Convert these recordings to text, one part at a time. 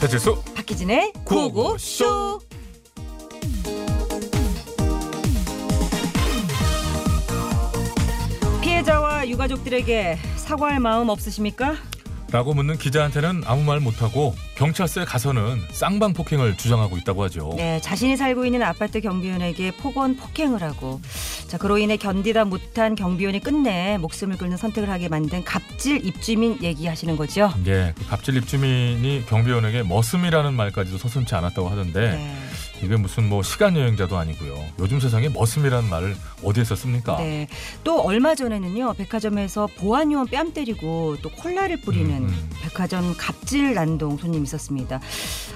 배칠수 박희진의 고고쇼. 피해자와 유가족들에게 사과할 마음 없으십니까? 라고 묻는 기자한테는 아무 말 못하고 경찰서에 가서는 쌍방 폭행을 주장하고 있다고 하죠. 네, 자신이 살고 있는 아파트 경비원에게 폭언 폭행을 하고 자 그로 인해 견디다 못한 경비원이 끝내 목숨을 끊는 선택을 하게 만든 갑질 입주민 얘기하시는 거죠. 예, 그 갑질 입주민이 경비원에게 머슴이라는 말까지도 서슴치 않았다고 하던데 네. 이게 무슨 뭐 시간 여행자도 아니고요. 요즘 세상에 머슴이라는 말을 어디에서 씁니까? 네. 또 얼마 전에는요 백화점에서 보안요원 뺨 때리고 또 콜라를 뿌리는 음, 음. 백화점 갑질 난동 손님 있었습니다.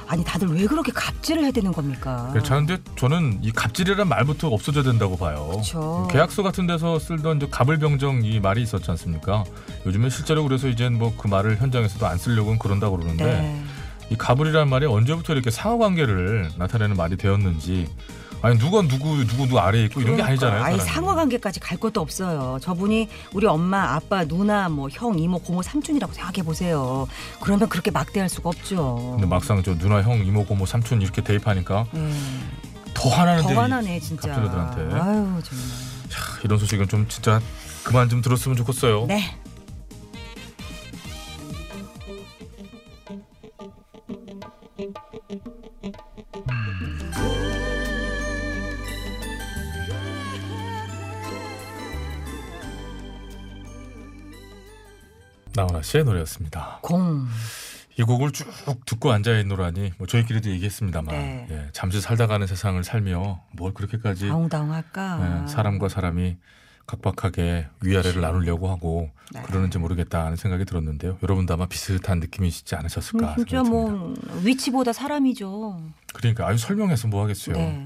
아니 다들 왜 그렇게 갑질을 해대는 겁니까? 그런데 그러니까 저는 이 갑질이란 말부터 없어져야 된다고 봐요. 그쵸. 계약서 같은 데서 쓰던 이제 갑을병정 이 말이 있었지 않습니까? 요즘에 실제로 그래서 이젠 뭐 그 말을 현장에서도 안 쓰려고는 그런다고 그러는데 네. 이 가불이라는 말이 언제부터 이렇게 상하관계를 나타내는 말이 되었는지 아니 누가 누구 누구 누구 아래에 있고 이런 게 아니잖아요. 그러니까 아예 사람이. 상호 관계까지 갈 것도 없어요. 저분이 우리 엄마, 아빠, 누나, 뭐 형, 이모, 고모, 삼촌이라고 생각해 보세요. 그러면 그렇게 막대할 수가 없죠. 근데 막상 저 누나 형 이모 고모 삼촌 이렇게 대입하니까 음, 더 화나는데 더 이 화나네 진짜. 갑질러들한테. 아유 정말. 캬, 이런 소식은 좀 진짜 그만 좀 들었으면 좋겠어요. 네. 나훈아 씨의 노래였습니다. 공. 이 곡을 쭉 듣고 앉아 있노라니 뭐 저희끼리도 얘기했습니다만 네. 예, 잠시 살다가는 세상을 살며 뭘 그렇게까지 다웅다웅할까. 예, 사람과 사람이 각박하게 위아래를 나누려고 하고 네. 그러는지 모르겠다 하는 생각이 들었는데요. 여러분도 아마 비슷한 느낌이시지 음, 않으셨을까 진짜 생각이 듭니다. 뭐 위치보다 사람이죠. 그러니까 아유 설명해서 뭐 하겠어요. 네.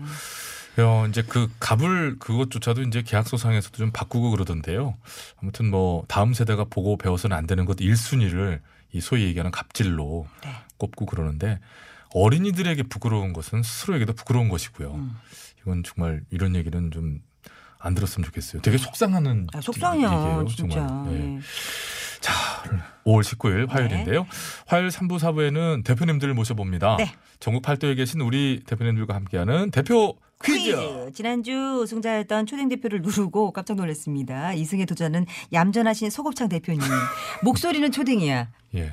어, 이제 그 갑을 그것조차도 이제 계약서상에서도 좀 바꾸고 그러던데요. 아무튼 뭐 다음 세대가 보고 배워서는 안 되는 것 1순위를 이 소위 얘기하는 갑질로 네. 꼽고 그러는데 어린이들에게 부끄러운 것은 스스로에게도 부끄러운 것이고요. 음. 이건 정말 이런 얘기는 좀 안 들었으면 좋겠어요. 되게 속상하는 아, 속상해요, 얘기예요, 진짜. 정말. 예. 예. 자, 5월 19일 화요일인데요. 화요일 3부, 4부에는 대표님들을 모셔봅니다. 네. 전국 8도에 계신 우리 대표님들과 함께하는 대표 퀴즈. 퀴즈. 지난주 우승자였던 초딩 대표를 누르고 깜짝 놀랐습니다. 이승에 도전은 얌전하신 소곱창 대표님. 목소리는 초딩이야. 예.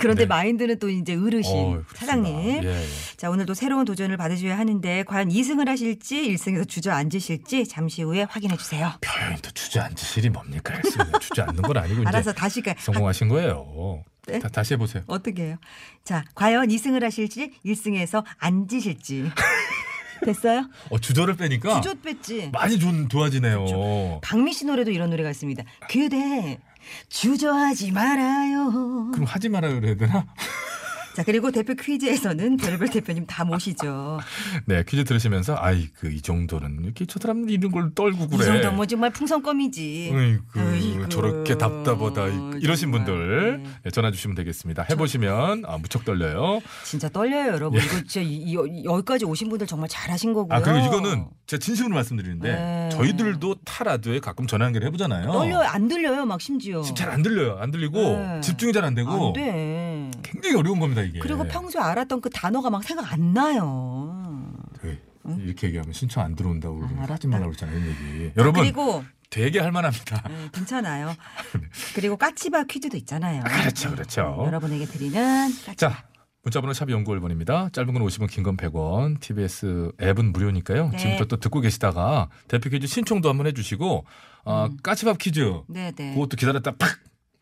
그런데 네. 마인드는 또 이제 어르신 어, 그렇습니다. 사장님. 예, 예. 자, 오늘도 새로운 도전을 받으셔야 하는데 과연 2승을 하실지 1승에서 주저앉으실지 잠시 후에 확인해 주세요. 표현도 주저앉으실이 뭡니까? 했습니다. 주저앉는 건 아니고 알아서 이제 다시 가. 성공하신 거예요. 네? 다, 다시 해보세요. 어떻게 해요? 자, 과연 2승을 하실지 1승에서 앉으실지. 됐어요? 어, 주저를 빼니까 주저 네. 뺐지. 많이 좀 도와지네요. 박미 씨 노래도 이런 노래가 있습니다. 그대 주저하지 말아요. 그럼 하지 말아요 그래야 되나? 자 그리고 대표 퀴즈에서는 별별 대표님 다 모시죠. 네 퀴즈 들으시면서 아이 그 이 정도는 이렇게 저 사람들이 이런 걸 떨고 이 그래. 정도 뭐 정말 풍선껌이지. 어이구, 그, 어이구, 저렇게 답답하다 이- 이러신 네. 정말. 분들 네. 예, 전화 주시면 되겠습니다. 해보시면 아, 무척 떨려요. 예. 진짜 떨려요, 여러분. 이거 진짜 이, 이- 여- 여기까지 오신 분들 정말 잘하신 거고요. 아 그리고 이거는 제가 진심으로 말씀드리는데 네. 저희들도 타 라디오에 가끔 전화 연결 해보잖아요. 떨려요, 안 들려요, 막 심지어. 지금 어. 잘안 들려요. 안 들리고 네. 집중이 잘 안 되고 예. 안 돼. 굉장히 어려운 겁니다 이게. 그리고 평소에 알았던 그 단어가 막 생각 안 나요. 네. 이렇게 얘기하면 신청 안 들어온다고 그러고 알았다. 하지 말라고 그러잖아요 이런 얘기. 여러분 그리고 되게 할만합니다. 음, 괜찮아요. 그리고 까치바 퀴즈도 있잖아요. 그렇죠, 그렇죠. 음, 여러분에게 드리는 까치바. 자. 문자번호 샵 연구 1번입니다. 짧은 건 50원, 긴 건 100원. TBS 앱은 무료니까요. 네. 지금부터 또 듣고 계시다가 대표 퀴즈 신청도 한번 해주시고 아, 까치밥 퀴즈 음. 네네. 그것도 기다렸다 팍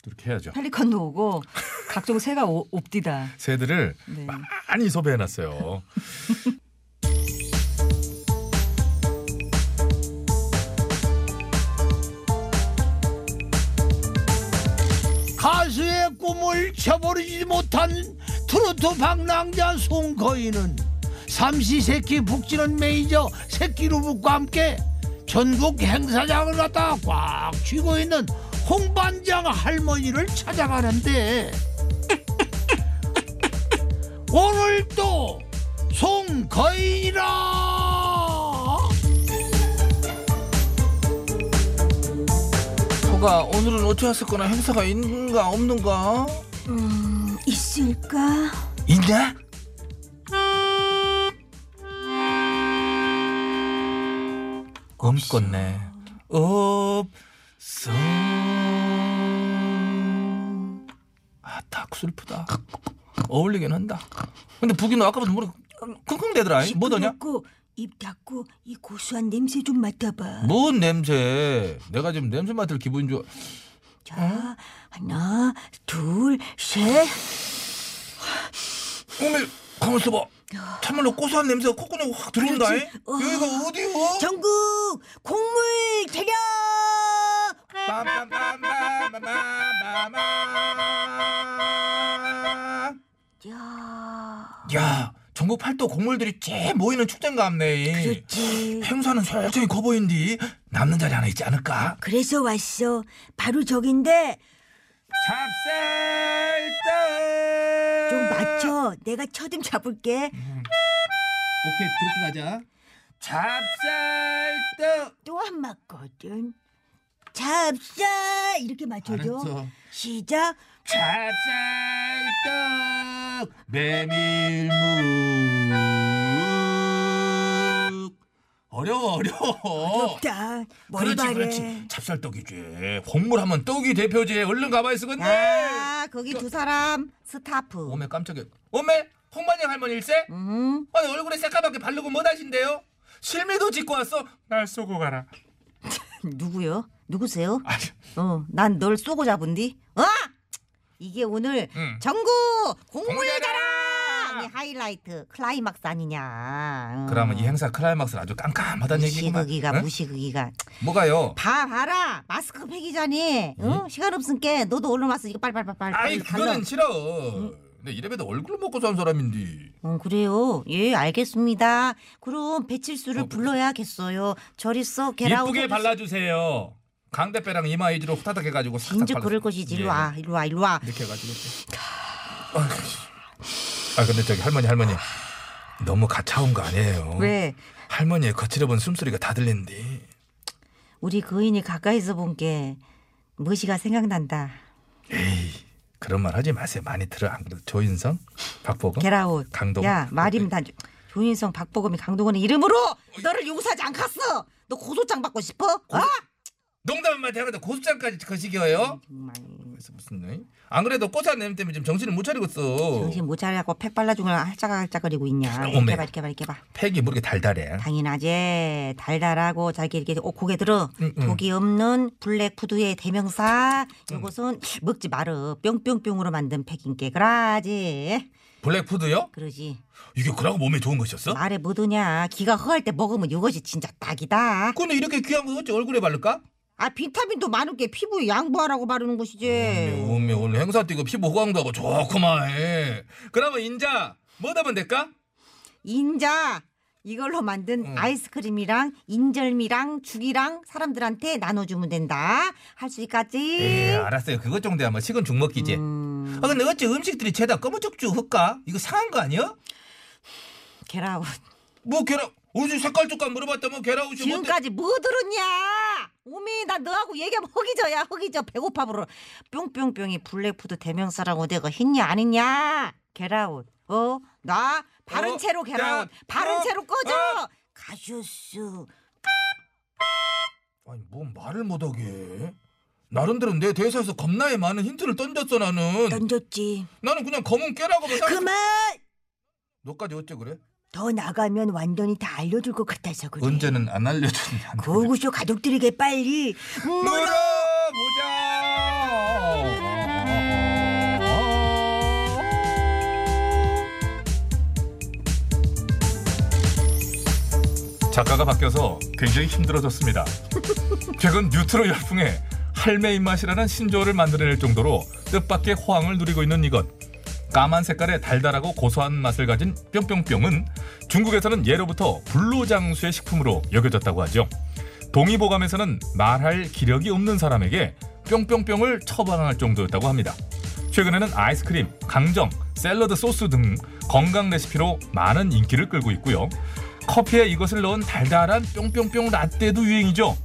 이렇게 해야죠. 펠리컨도 오고 각종 새가 오- 옵디다. 새들을 아, 네. 많이 섭외해놨어요. 가수의 꿈을 쳐버리지 못한 트로트 방랑자 송거인은 삼시세끼 북지는 메이저 새끼루북과 함께 전국 행사장을 갖다 꽉 쥐고 있는 홍반장 할머니를 찾아가는데 오늘도 송거인이라 소가 오늘은 어찌하실 거나 행사가 있는가 없는가? 음, 있어. 수 있을까? 있네? 음, 꿈꿨네. 없어. 아, 딱 슬프다. 어울리긴 한다. 근데 북이 너 아까부터 뭐, 머리 킁킁대더라. 이. 뭐더냐? 시끄럽고 입 닫고 이 고소한 냄새 좀 맡아봐. 뭔 냄새? 내가 지금 냄새 맡을 기분인 줄. 어? 자, 하나, 둘, 셋. 오메, 가만 있어봐. 참말로 고소한 냄새가 콧구멍에 확 들어온다. 잉? 어. 여기가 어디요? 전국 곡물 대령. 야, 야, 전국 팔도 곡물들이 제 모이는 축제인 가 같네. 그렇지. 행사는 솔직히 커보인디 남는 자리 하나 있지 않을까? 그래서 왔어. 바로 저긴데 찹쌀떡 좀 맞춰. 내가 쳐듬 잡을게. 음. 오케이 그렇게 가자. 찹쌀떡 또 안 맞거든. 잡사 이렇게 맞춰줘. 시작. 찹쌀떡 메밀묵 어려워 어려워 자, 머리 그렇지 바래. 그렇지 찹쌀떡이지 곡물 하면 떡이 대표지 얼른 가봐야 쓰겠네 아, 거기 두 사람 스타프. 오메 깜짝이야 오메 홍반장 할머니 일세? 어, 음, 아니 얼굴에 새까맣게 바르고 못 하신대요? 실미도 짓고 왔어? 날 쏘고 가라 누구요? 누구세요? 아니 어, 난 널 쏘고 잡은디. 어? 이게 오늘 응. 전국 공물자랑! 공물자랑의 하이라이트 클라이막스 아니냐. 음. 그러면 이 행사 클라이막스는 아주 깜깜하다는 얘기구만 무시극이가 응? 무시극이가 뭐가요? 봐 봐라 마스크 패기자니 응? 시간 없으니까 너도 얼른 왔어 이거 빨빨빨빨 아이 그거는 싫어 근데 이래봬도 얼굴 먹고 산 사람인데 어, 그래요 예 알겠습니다 그럼 배칠수를 어, 그- 불러야겠어요 저리 써 개라우 예쁘게 발라주세요 강대빼랑 이마이지로 후다닥 해가지고 싹싹 진짜 발라서- 그럴 것이지 예. 네. 일로 와 일로 와 일로 와 이렇게 해가지고 이렇게. 아 근데 저기 할머니 할머니 너무 가차운 거 아니에요 왜? 할머니의 거칠어본 숨소리가 다 들린디 우리 거인이 가까이서 본 게 무시가 생각난다 에이 그런 말 하지 마세요 많이 들어 안 그래도 조인성 박보검 개라우 강동원. 네, 야 말입니다 조인성 박보검이 강동원의 이름으로 너를 용서하지 않겠어 너 고소장 받고 싶어? 어? 농담만 대하는데 고수장까지 거시기어요 정말 그래서 무슨 일? 안 그래도 꼬사 냄 때문에 지금 정신을 못 차리고 있어 정신 못 차리고 팩 발라주고 할짝할짝거리고 있냐. 어메. 이렇게 봐, 이렇게 봐, 이렇게 봐. 팩이 모르게 달달해 당연하지. 달달하고 잘게 이렇게 옥 고개 들어. 음, 음. 독이 없는 블랙 푸드의 대명사. 요것은 먹지 마르. 뿅뿅뿅으로 만든 팩인게 그라지. 블랙푸드요? 그러지. 이게 그라고 몸에 좋은 것이었어? 말에 뭐드냐. 기가 허할 때 먹으면 요것이 진짜 딱이다. 근데 이렇게 귀한 거 어찌 얼굴에 바를까? 아 비타민도 많은 게 피부에 양보하라고 바르는 것이지. 오메 오늘 행사 때 이거 피부 호강도 하고 좋구만 해. 그러면 인자 뭐 하면 될까? 인자 이걸로 만든 음. 아이스크림이랑 인절미랑 죽이랑 사람들한테 나눠주면 된다. 할 수 예 있겠지? 알았어요 그것 정도야 뭐 식은 죽먹기지 음, 아 근데 어째 음식들이 죄다 검은척주 흙까? 이거 상한 거 아니야? 계라우 뭐 계란 어제 색깔 조금 물어봤다면 뭐 계란우지 지금까지 뭐 들었냐? 오미 나 너하고 얘기하면 허기져야 허기져 배고파 부러 뿅뿅뿅이 블랙푸드 대명사라고 내가 했냐 안 했냐? 계라웃 어나 바른 어, 채로 계라웃 자, 바른 어, 채로 꺼져 어. 가슈스 아니 뭔 말을 못하게 나름대로 내 대사에서 겁나게 많은 힌트를 던졌어 나는 던졌지 나는 그냥 검은 깨라고만 생각 그만 너까지 어째 그래? 더 나가면 완전히 다 알려줄 것 같아서 그래. 언제는 안 알려줬냐 고구쇼 가족들에게 빨리 물어. 물어보자. 작가가 바뀌어서 굉장히 힘들어졌습니다. 최근 뉴트로 열풍에 할매 입맛이라는 신조어를 만들어낼 정도로 뜻밖의 호황을 누리고 있는 이것. 까만 색깔의 달달하고 고소한 맛을 가진 뿅뿅뿅은 중국에서는 예로부터 불로장수의 식품으로 여겨졌다고 하죠. 동의보감에서는 말할 기력이 없는 사람에게 뿅뿅뿅을 처방할 정도였다고 합니다. 최근에는 아이스크림, 강정, 샐러드 소스 등 건강 레시피로 많은 인기를 끌고 있고요. 커피에 이것을 넣은 달달한 뿅뿅뿅 라떼도 유행이죠.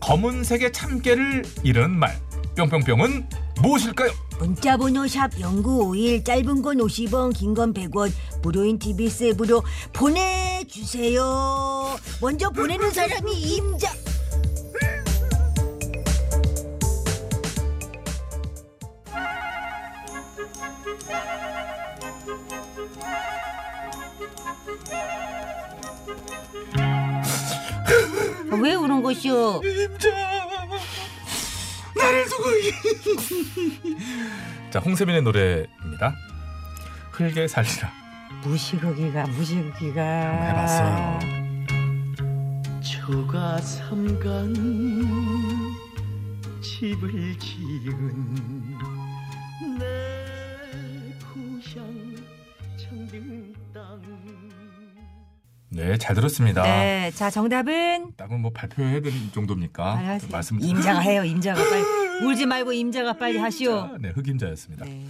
검은색의 참깨를 잃은 말, 뿅뿅뿅은 무엇일까요? 문자번호 샵 0951 짧은 건 50원 긴 건 100원 무료인 TBS 앱으로 보내주세요 먼저 음, 보내는 사람이 임자 왜 우는 것이오? 자, 홍세민의 노래입니다. 흘게 살리라. 무시거기가 무시거기가. 해봤어요. 아. 초가 삼간 집을 지은 내 고향 청등 땅 네, 잘 들었습니다. 네, 자 정답은 딱은 뭐 발표해야 될 정도입니까? 알았어요. 그 말씀 좀- 아, 임자가 해요. 임자가 빨리 울지 말고 임자가 빨리 하시오. 자, 네, 흑임자였습니다. 네.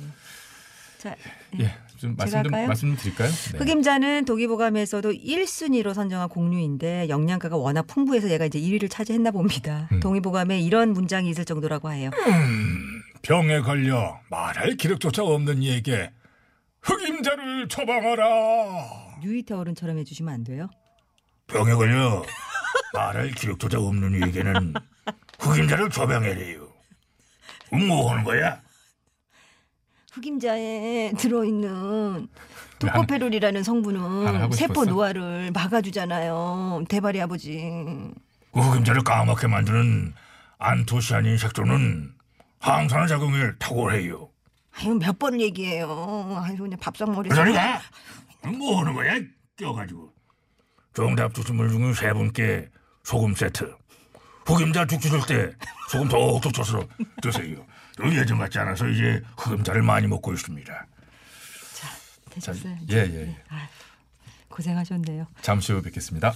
자, 예, 좀 말씀 좀 할까요? 말씀 좀 드릴까요? 네. 흑임자는 동의보감에서도 1순위로 선정한 공류인데 영양가가 워낙 풍부해서 얘가 이제 1위를 차지했나 봅니다. 음. 동의보감에 이런 문장이 있을 정도라고 해요. 음, 병에 걸려 말할 기력조차 없는 이에게 흑임자를 처방하라. 뉴이태 어른처럼 해주시면 안 돼요? 병에 걸려 말할 기력조차 없는 이에게는 흑임자를 처방해래요. 응뭐 하는 거야? 흑임자에 들어있는 왜 안- 토코페롤이라는 안 성분은 네, 하고 세포 싶었어? 노화를 막아주잖아요 대발이 아버지 그 흑임자를 까맣게 만드는 안토시아닌 색소는 항산화 작용을 탁월해요. 아유 몇 번을 얘기해요 아유 그냥 밥상 머리 그러니 그러니까! 가! 응뭐 하는 거야? 껴가지고. 정답 주신 분 중에 세 분께 소금 세트. 흑임자 죽주실 때 소금 톡톡 쳐서 드세요. 저 예전 같지 않아서 이제 흑임자를 많이 먹고 있습니다. 자, 되셨어요? 예, 예, 예. 아, 고생하셨네요. 잠시 후 뵙겠습니다.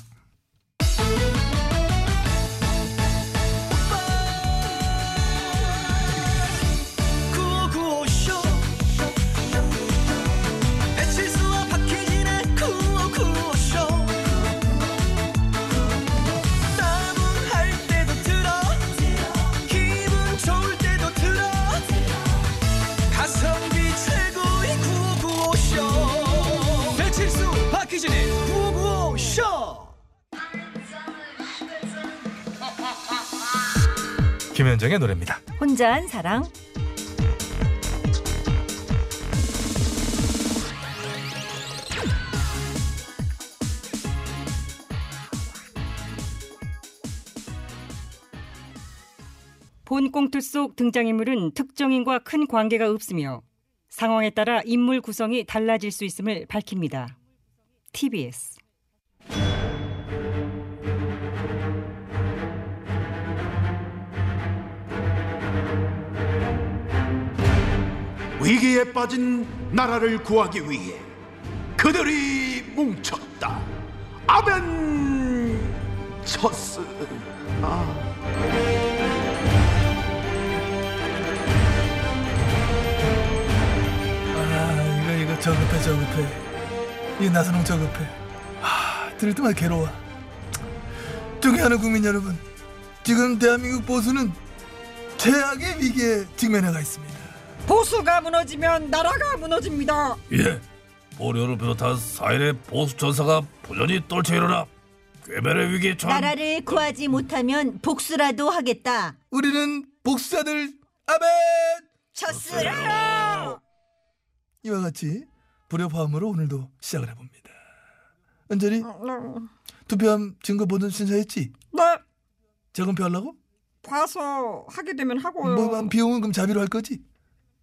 구호구호쇼 배칠수와 박해진의 구호구호쇼 싸움할 때도 들어 기분 좋을 때도 들어 가성비 최고의 구호구호쇼 배칠수 박해진의 구호구호쇼 김현정의 노래입니다. 혼자 한 사랑. 본 꽁트 속 등장인물은 특정인과 큰 관계가 없으며 상황에 따라 인물 구성이 달라질 수 있음을 밝힙니다. TBS 위기에 빠진 나라를 구하기 위해 그들이 뭉쳤다. 아벤 쳤스. 아, 이거 이거 저급해 저급해. 이 나선홍 저급해. 아, 들을 때만 괴로워. 존경하는 국민 여러분, 지금 대한민국 보수는 최악의 위기에 직면해 가 있습니다. 보수가 무너지면 나라가 무너집니다. 예. 보려를 비롯한 사일의 보수 전사가 부전히 떨쳐 일어나 괴멸의 위기에 처한 나라를 구하지 못하면 복수라도 하겠다 우리는 복사들 아멘! 아, 네. 쳤으라 이와 같이 불협화음으로 오늘도 시작을 해봅니다. 은철이 투표함 증거 보존 신청했지? 어, 네, 재검표하려고? 봐서 하게 되면 하고요. 뭐, 뭐, 비용은 그럼 자비로 할 거지?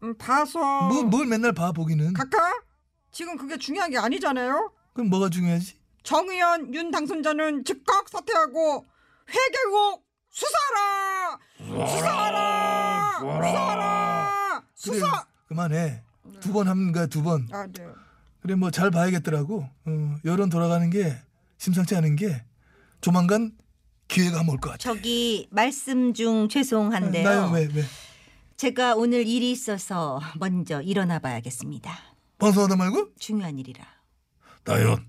음, 봐서 뭐, 뭘 맨날 봐 보기는? 각하 지금 그게 중요한 게 아니잖아요. 그럼 뭐가 중요하지? 정의연 윤 당선자는 즉각 사퇴하고 회계 의혹 수사라 수사라 아, 수사라 그래, 수사. 그만해. 두 번 합니다, 두 번. 아 네. 그래 뭐 잘 봐야겠더라고. 어, 여론 돌아가는 게 심상치 않은 게 조만간 기회가 한번 올것 같아. 저기 말씀 중 나요 죄송한데요 왜 왜? 제가 오늘 일이 있어서 먼저 일어나 봐야겠습니다 방송하다 말고? 중요한 일이라 나연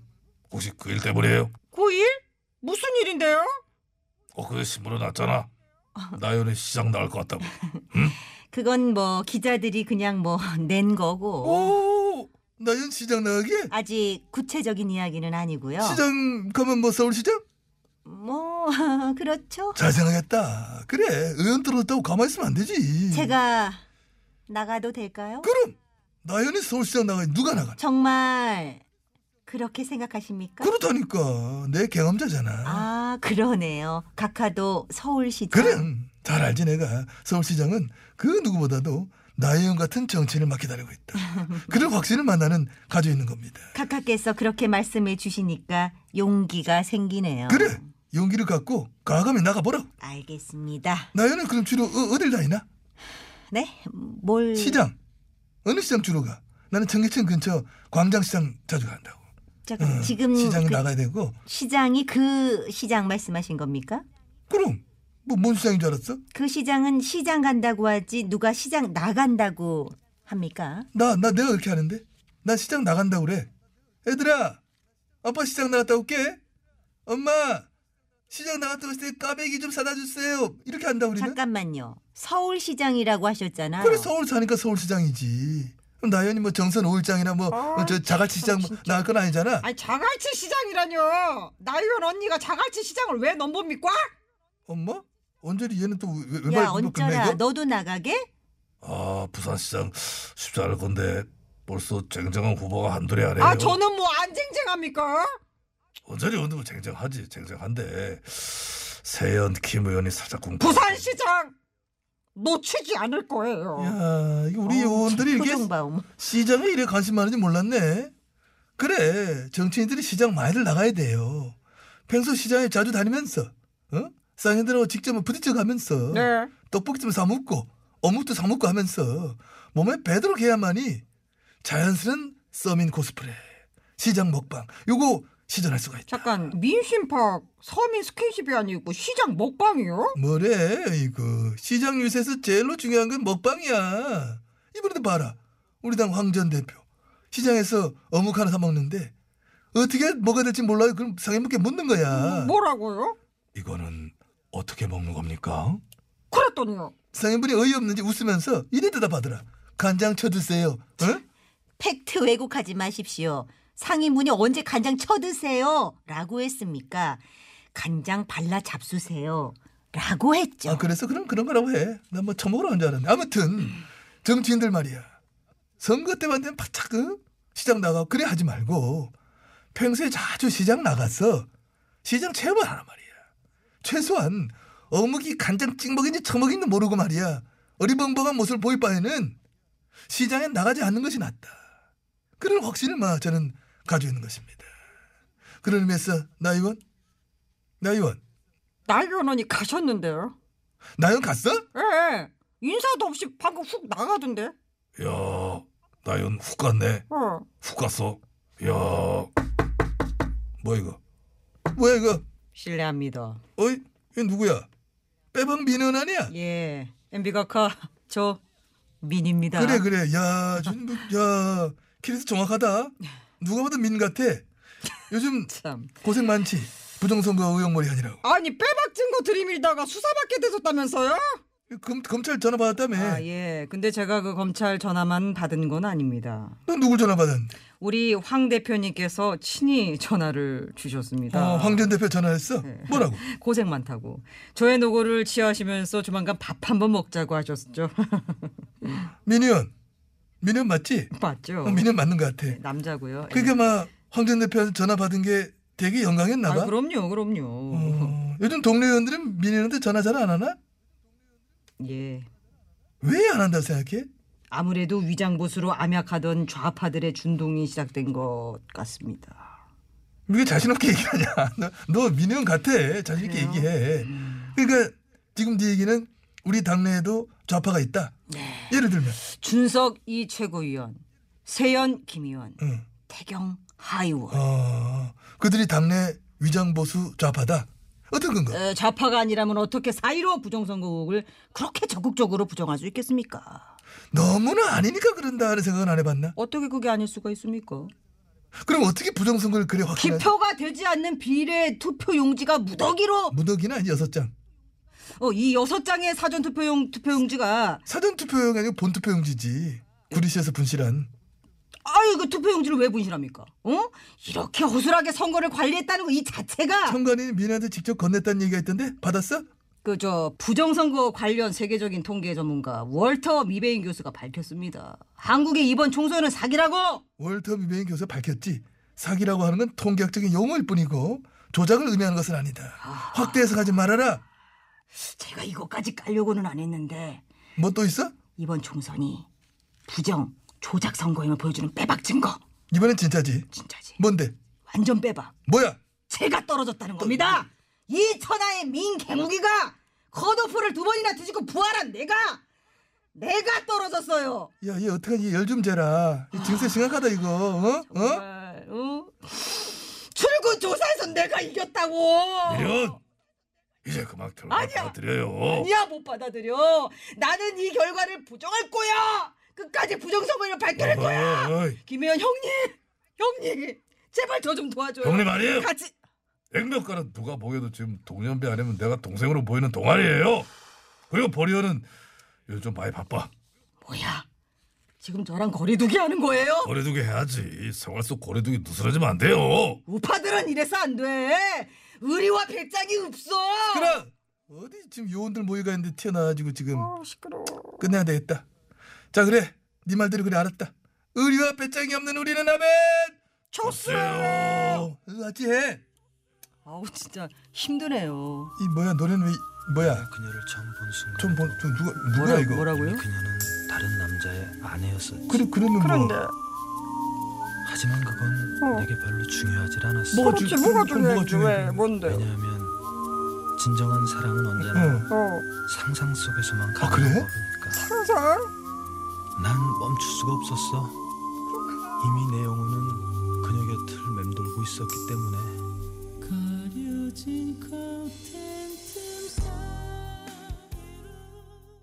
혹시 그 일 때문이에요? 고일 무슨 일인데요? 어, 그게 신문에 났잖아. 나연이 시장 나올 것 같다고. 그건 뭐 기자들이 그냥 뭐 낸 거고 오, 나연 시장 나가게? 아직 구체적인 이야기는 아니고요. 시장 가면 뭐 서울시장? 뭐 그렇죠. 잘생각했다. 그래, 의원 떨어졌다고 가만히 있으면 안 되지. 제가 나가도 될까요? 그럼 나연이 서울시장 나가니 누가 나가나? 정말 그렇게 생각하십니까? 그렇다니까 내 경험자잖아. 아 그러네요. 각하도 서울시장. 그래, 잘 알지 내가 서울시장은 그 누구보다도 나연 같은 정치인을 막 기다리고 있다. 그런 확신을 만나는 가지고 있는 겁니다. 각하께서 그렇게 말씀해 주시니까 용기가 생기네요. 그래, 용기를 갖고 과감히 나가보라. 알겠습니다. 나연은 그럼 주로 어, 어딜 다니나? 네? 뭘 시장. 어느 시장 주로 가? 나는 청계천 근처 광장시장 자주 간다고. 자, 어, 지금 시장에 그 나가야 되고. 시장이 그 시장 말씀하신 겁니까? 그럼 뭐 뭔 시장인 줄 알았어? 그 시장은 시장 간다고 하지 누가 시장 나간다고 합니까? 나 나 내가 그렇게 하는데? 나 시장 나간다 고 그래. 애들아, 아빠 시장 나갔다 올게. 엄마, 시장 나갔다 올때 까베기 좀 사다 주세요. 이렇게 한다 우리는. 잠깐만요. 서울시장이라고 하셨잖아요. 그래 서울 사니까 서울시장이지. 그럼 나연이 뭐 정선 5일장이나 뭐 아, 저 자갈치 시장 뭐 나갈 건 아니잖아. 아니 자갈치 시장이라뇨. 나윤 언니가 자갈치 시장을 왜 넘봅니까? 엄마? 언저리 얘는 또 외- 외- 야 외발 언쩌라 너도 나가게? 아 부산시장 쉽지 않을 건데 벌써 쟁쟁한 후보가 한둘이 아래요. 아 저는 뭐 안 쟁쟁합니까? 언저리 언니면 뭐 쟁쟁하지 쟁쟁한데 세연 김 의원이 살짝 궁금. 부산시장 놓치지 않을 거예요. 야, 이거 우리 의원들이 이렇게 어. 표정 봐 어머. 시장에 이래 관심 많은지 몰랐네. 그래, 정치인들이 시장 많이들 나가야 돼요. 평소 시장에 자주 다니면서, 어? 쌍인들하고 직접 부딪혀가면서, 네. 떡볶이 좀 사먹고, 어묵도 사먹고 하면서, 몸에 배도록 해야만이 자연스러운 서민 코스프레, 시장 먹방, 요거 시전할 수가 있다. 잠깐 민심팍 서민 스킨십이 아니고 시장 먹방이요? 뭐래, 이거. 시장 유세에서 제일로 중요한 건 먹방이야. 이번에도 봐라. 우리 당 황 전 대표. 시장에서 어묵 하나 사먹는데, 어떻게 먹어야 될지 몰라요. 그럼 상임분께 묻는 거야. 뭐라고요? 이거는 어떻게 먹는 겁니까? 그랬더니요. 상임분이 어이없는지 웃으면서 이래 대답하더라. 간장 쳐드세요. 응? 팩트 왜곡하지 마십시오. 상인분이 언제 간장 쳐드세요? 라고 했습니까? 간장 발라 잡수세요. 라고 했죠. 아, 그래서 그럼 그런 거라고 해. 난 뭐 처먹으라는 줄 알았네. 아무튼, 정치인들 말이야. 선거 때만 되면 바짝, 응? 시장 나가고, 그래 하지 말고, 평소에 자주 시장 나가서, 시장 체험을 하란 말이야. 최소한, 어묵이 간장 찍먹인지 처먹인지 모르고 말이야. 어리벙벙한 모습을 보일 바에는, 시장에 나가지 않는 것이 낫다. 그런 확신을 마, 저는 가지고 있는 것입니다. 그런 의미에서, 나 의원? 나 의원? 나윤 언니 가셨는데요. 나 의원 갔어? 예. 인사도 없이 방금 훅 나가던데. 야 나연 훅 갔네. 어. 훅 갔어. 야 뭐야 이거? 뭐야, 이거? 실례합니다. 어이, 얘 누구야? 빼방 민원 아니야? 예. MB 각하 저 민입니다. 그래 그래. 야, 준, 뭐, 야, 캐릭터 정확하다. 누가 봐도 민 같아. 요즘 참. 고생 많지. 부정선거 의혹머리 아니라고. 아니 빼박 증거 들이밀다가 수사받게 되셨다면서요? 검, 검찰 전화 받았다며. 아 예. 근데 제가 그 검찰 전화만 받은 건 아닙니다. 넌 누굴 전화 받았는데? 우리 황 대표님께서 친히 전화를 주셨습니다. 어, 황전 대표 전화했어. 네. 뭐라고? 고생 많다고. 저의 노고를 치하시면서 조만간 밥 한번 먹자고 하셨죠. 민의원. 민의원 맞지? 맞죠? 네. 어, 민의원 맞는 것 같아. 남자고요. 예. 그러니까 막 황전 대표한테 전화 받은 게 되게 영광했나 봐. 아, 그럼요, 그럼요. 어, 요즘 동네 의원들은 민의원한테 전화 잘 안 하나? 예. 왜 안 한다고 생각해? 아무래도 위장보수로 암약하던 좌파들의 준동이 시작된 것 같습니다. 왜 자신 없게 얘기하냐? 너, 너 민영 같아. 자신 있게 얘기해. 음. 그러니까 지금 네 얘기는 우리 당내에도 좌파가 있다. 네. 예를 들면, 준석 이 최고위원, 세연 김 의원, 응. 태경 하 의원. 어, 그들이 당내 위장 보수 좌파다. 어떤 근거? 에, 좌파가 아니라면 어떻게 사이로 부정선거 의혹을 그렇게 적극적으로 부정할 수 있겠습니까? 너무나 아니니까 그런다 하는 생각은 안 해봤나? 어떻게 그게 아닐 수가 있습니까? 그럼 어떻게 부정선거를 그래 확실한? 기표가 되지 않는 비례 투표 용지가 무더기로 무더기는 아니 여섯 장. 어, 이 여섯 장의 사전 투표용 투표용지가 사전 투표용이 아니고 본 투표용지지. 구리시에서 분실한 아유 그 투표용지를 왜 분실합니까? 어? 이렇게 허술하게 선거를 관리했다는 거 이 자체가 선관위 민한테 직접 건넸다는 얘기가 있던데 받았어? 그 저 부정선거 관련 세계적인 통계 전문가 월터 미베인 교수가 밝혔습니다. 한국의 이번 총선은 사기라고. 월터 미베인 교수 밝혔지. 사기라고 하는 건 통계학적인 용어일 뿐이고 조작을 의미하는 것은 아니다. 확대 해석하지 말아라. 제가 이거까지 깔려고는 안 했는데 뭐 또 있어? 이번 총선이 부정 조작 선거임을 보여주는 빼박 증거 이번엔 진짜지. 진짜지. 뭔데? 완전 빼박. 뭐야? 제가 떨어졌다는 겁니다. 이 천하의 민개무기가 컷오프를 두 번이나 뒤집고 부활한 내가 내가 떨어졌어요. 야, 얘 어떡하니? 열 좀 재라. 이 증세 심각하다 이거. 어? 어? 정말, 어? 출구 조사에서 내가 이겼다고. 이런 이제 네, 그만 들 아니야. 어드려요 아니야 못 받아들여. 나는 이 결과를 부정할 거야. 끝까지 부정선거를 밝혀낼 거야. 김혜연 형님, 형님, 제발 저 좀 도와줘요. 형님 아니에요. 같이 액면가는 누가 보여도 지금 동년배 아니면 내가 동생으로 보이는 동아리예요. 그리고 버리어는 요즘 많이 바빠. 뭐야? 지금 저랑 거리두기 하는 거예요? 거래두기 해야지. 생활 속 거래두기 누스러지면 안 돼요. 우파들은 이래서 안 돼. 의리와 배짱이 없어. 그럼 어디 지금 요원들 모의가 있는데 튀어나와가지고 지금 시끄러워. 끝내야 되겠다. 자 그래, 네 말대로 그래 알았다. 의리와 배짱이 없는 우리는 아멘. 좋세요. 어찌해? 아우 진짜 힘드네요. 이 뭐야 노래는 왜 이- 뭐야? 그녀를 처음 본 순간 좀 뭐, 좀 누가 누구야 이거? 이미 그녀는 다른 남자의 아내였었지 그래 그러면 뭐? 하지만 그건 내게 별로 중요하질 않았어 뭐가 주- 그렇지, 그- 뭐가 그럼 뭐가 중요해, 중요해? 왜? 뭔데 왜냐하면 진정한 사랑은 언제나 상상 속에서만 가능한 아, 그래? 법이니까 어, 상상? 난 멈출 수가 없었어 이미 내 영혼은 그녀 곁을 맴돌고 있었기 때문에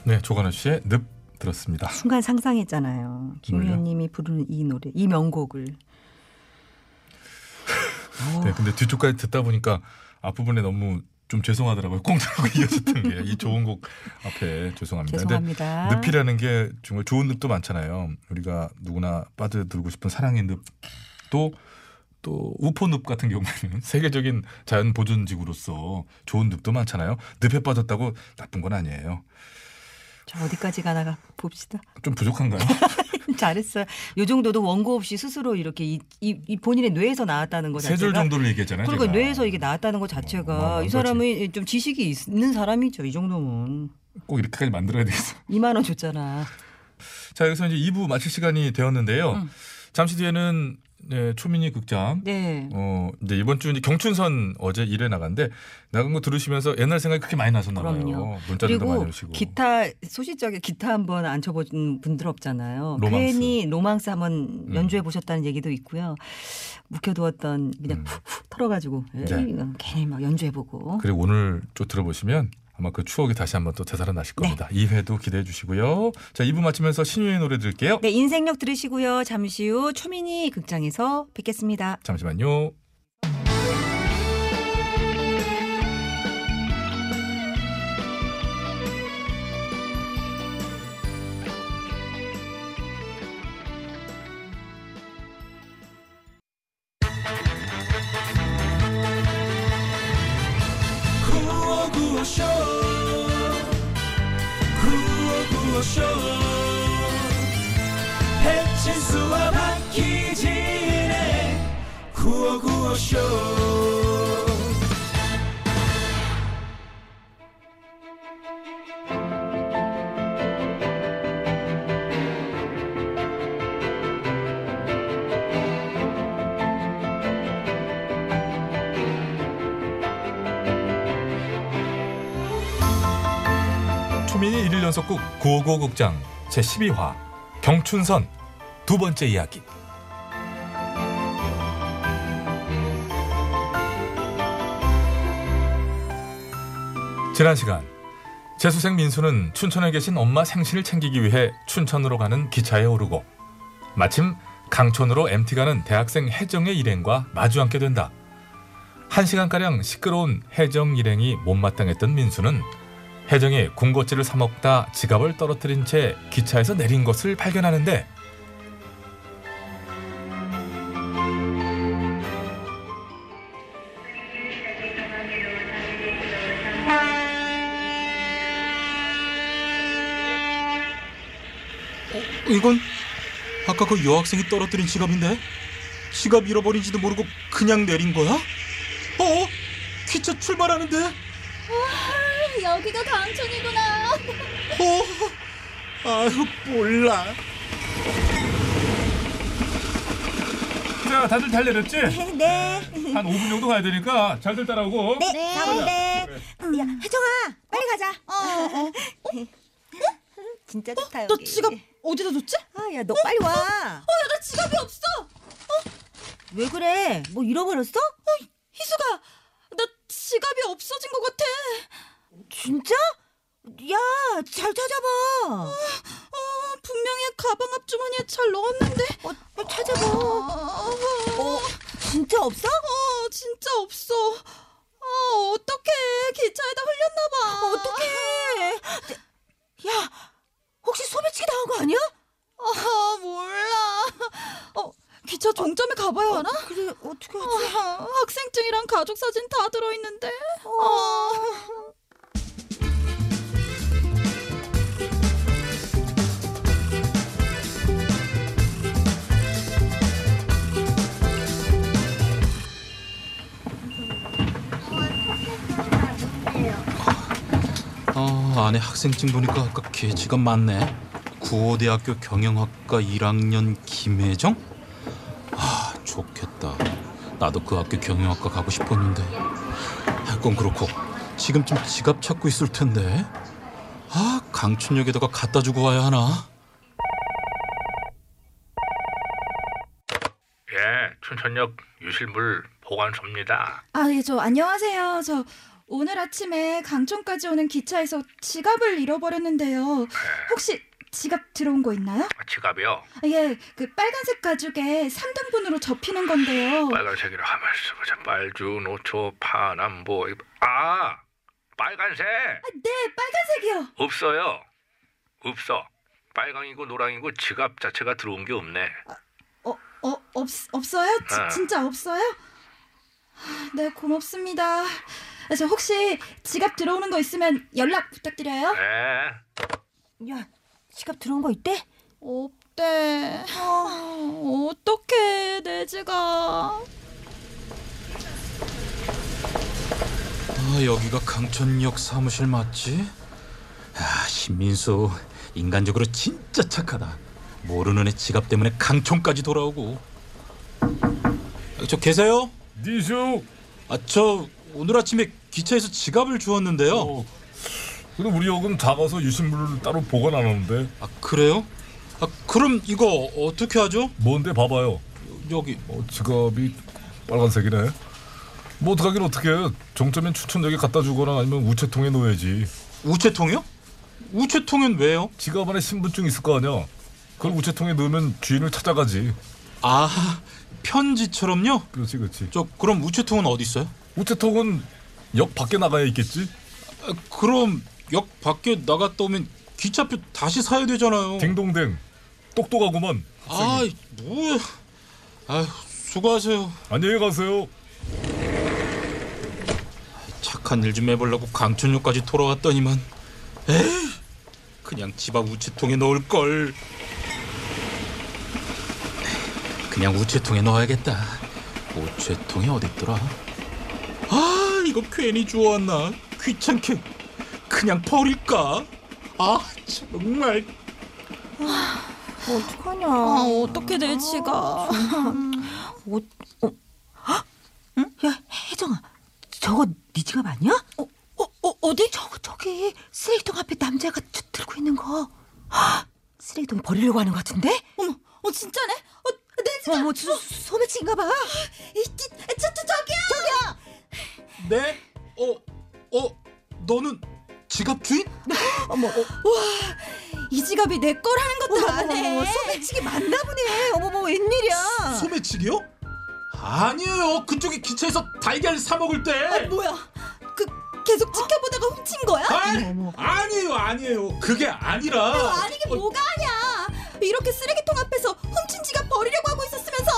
네, 조관우 씨의 늪 들었습니다. 순간 상상했잖아요. 김현님이 부르는 이 노래, 이 명곡을. 어. 네, 근데 뒤쪽까지 듣다 보니까 앞부분에 너무 좀 죄송하더라고요. 꽁트라고 이어졌던 게 이 좋은 곡 앞에 죄송합니다. 죄송합니다. 근데 늪이라는 게 정말 좋은 늪도 많잖아요. 우리가 누구나 빠져들고 싶은 사랑의 늪도 또 우포 늪 같은 경우에는 세계적인 자연 보존지구로서 좋은 늪도 많잖아요. 늪에 빠졌다고 나쁜 건 아니에요. 자 어디까지 가나 봅시다. 좀 부족한가요? 잘했어요. 요 정도도 원고 없이 스스로 이렇게 이, 이- 이 본인의 뇌에서 나왔다는 거 세 자체가. 줄 정도를 얘기했잖아요. 그러니까 제가. 뇌에서 이게 나왔다는 것 자체가 어마어마한 이 사람이 좀 지식이 있는 사람이죠. 이 정도면 꼭 이렇게까지 만들어야 되겠어. 2만 원 줬잖아. 자 여기서 이제 2부 마칠 시간이 되었는데요. 음. 잠시 뒤에는 네, 초미니 극장. 네. 어 이제 이번 주 이제 경춘선 어제 일회 나간데 나간 거 들으시면서 옛날 생각이 그렇게 많이 나셨나 봐요. 그럼요. 문자들도 많이 그리고 오시고. 기타 소시적에 기타 한번 안 쳐본 분들 없잖아요. 로망스. 음. 괜히 로망스 한번 연주해 보셨다는 얘기도 있고요. 묵혀두었던 그냥 훅훅 털어가지고 에이, 음. 네. 이건 괜히 막 연주해보고. 그리고 오늘 쭉 들어보시면 아마 그 추억이 다시 한번 또 되살아나실 네. 겁니다. 이 2회도 기대해 주시고요. 자 2부 마치면서 신유의 노래 들을게요. 네 인생력 들으시고요. 잠시 후 초미니 극장에서 뵙겠습니다. 잠시만요. 구호구호쇼 구호구호쇼 배칠수와 박희진의 구호구호쇼 초미니 1일 연속극 955 극장 제 12화 경춘선 두 번째 이야기. 지난 시간 재수생 민수는 춘천에 계신 엄마 생신을 챙기기 위해 춘천으로 가는 기차에 오르고 마침 강촌으로 MT 가는 대학생 혜정의 일행과 마주 앉게 된다. 한 시간가량 시끄러운 혜정 일행이 못마땅했던 민수는 혜정이 군것질을 사 먹다 지갑을 떨어뜨린 채 기차에서 내린 것을 발견하는데 이건 아까 그 여학생이 떨어뜨린 지갑인데 지갑 잃어버린지도 모르고 그냥 내린 거야? 어? 기차 출발하는데? 와, 아, 여기가 강촌이구나. 어? 아유 몰라. 자 다들 잘 내렸지? 네. 한 5분 정도 가야 되니까 잘들 따라오고 네, 가볼래. 네. 야, 혜정아, 빨리 가자. 어. 진짜 좋다. 어? 너 지갑 어디다 뒀지? 아, 야, 너 빨리 와. 어야 나 지갑이 없어. 왜 그래? 뭐 잃어버렸어? 희수가 나 지갑이 없어진 것 같아. 진짜? 야, 잘 찾아봐. 어, 분명히 가방 앞주머니에 잘 넣었는데. 어, 찾아봐. 어, 진짜 없어? 어, 진짜 없어. 아, 어떡해. 기차에다 흘렸나 봐. 어, 어떡해. 야, 혹시 소매치기 당한 거 아니야? 아, 몰라. 어, 기차 종점에 가봐야 하나? 어, 그래, 어떻게 하지? 학생증이랑 가족 사진 다 들어있는데. 아. 아 안에 학생증 보니까 아까 걔 지갑 맞네. 구호대학교 경영학과 1학년 김혜정? 아 좋겠다. 나도 그 학교 경영학과 가고 싶었는데. 아, 그건 그렇고 지금쯤 지갑 찾고 있을 텐데. 아 강춘역에다가 갖다 주고 와야 하나? 예, 춘천역 유실물 보관소입니다. 아, 예, 저 안녕하세요. 저 오늘 아침에 강촌까지 오는 기차에서 지갑을 잃어버렸는데요. 혹시 지갑 들어온 거 있나요? 아, 지갑이요. 아, 예, 그 빨간색 가죽에 3등분으로 접히는 건데요. 빨간색이라 하면 써보자. 빨주, 노초, 파남보. 아, 빨간색 아, 네, 빨간색이요. 없어요. 없어. 빨강이고 노랑이고 지갑 자체가 들어온 게 없네. 어, 없, 없어요? 지- 아. 진짜 없어요? 아, 네, 고맙습니다. 아, 저 혹시 지갑 들어오는 거 있으면 연락 부탁드려요. 네. 야, 지갑 들어온 거 있대? 없대. 어, 어떡해, 내 지갑. 아 여기가 강천역 사무실 맞지? 아 신민수 인간적으로 진짜 착하다. 모르는 애 지갑 때문에 강촌까지 돌아오고. 아, 저 계세요? 니수. 아저 오늘 아침에 기차에서 지갑을 주웠는데요. 그럼 어. 우리 요금 잡아서 유실물을 따로 보관하는데 아 그래요? 아 그럼 이거 어떻게 하죠? 뭔데 봐봐요 여기 어, 지갑이 빨간색이네 뭐 어떡하긴 어떡해 종점엔 추천역에 갖다 주거나 아니면 우체통에 넣어야지 우체통이요? 우체통엔 왜요? 지갑 안에 신분증 있을 거 아니야 그걸 우체통에 넣으면 주인을 찾아가지 아 편지처럼요? 그렇지 그렇지 저 그럼 우체통은 어디 있어요? 우체통은 역 밖에 나가야 있겠지 아, 그럼 역 밖에 나갔다 오면 기차표 다시 사야 되잖아요. 딩동댕 똑똑하구만 아 뭐야? 아 수고하세요. 안녕히 가세요. 착한 일 좀 해보려고 강촌역까지 돌아왔더니만 에이 그냥 집 앞 우체통에 넣을 걸. 그냥 우체통에 넣어야겠다. 우체통이 어딨더라? 아 이거 괜히 주워왔나? 귀찮게 그냥 버릴까? 아 정말. 뭐 어떡하냐. 아, 어떻게 내 지갑. 어, 어, 헉? 야, 혜정아, 저거 네 지갑 아니야? 어, 어, 어, 디 저거 저기 쓰레기통 앞에 남자가 저, 들고 있는 거. 헉! 쓰레기통 버리려고 하는 거 같은데? 어머, 어 진짜네? 어, 내 지갑. 어머, 저, 소매치인가 봐. 이, 저, 저, 저, 저기요! 저기요! 네? 어, 어, 너는 지갑 주인? 어머, 와, 이 지갑이 내 거라는 것도 아네. 소매치기 맞나 보네. 어머, 뭐 웬일이야? 소매치기요? 아니에요. 그쪽에 기차에서 달걀 사 먹을 때. 뭐야? 그 계속 지켜보다가 훔친 거야? 아, 아니에요, 아니에요. 그게 아니라. 아니 이게 뭐가 아니야 이렇게 쓰레기통 앞에서 훔친 지갑 버리려고 하고 있었으면서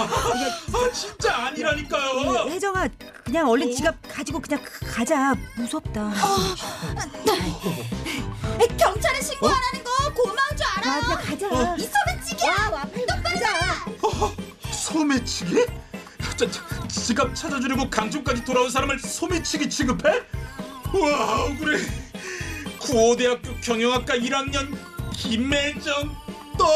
아, 진짜 어, 어. 아니라니까요. 혜정아 그냥 얼른 어? 지갑 가지고 그냥 가자 무섭다 어. 아, 경찰에 어? 어? 신고 안 하는 거 고마운 줄 알아 맞아 가자 이 소매치기야 너 빨리 가 어, 소매치기? 저, 저, 지갑 찾아주려고 강중까지 돌아온 사람을 소매치기 취급해? 와 억울해 구호대학교 경영학과 1학년 김혜정 또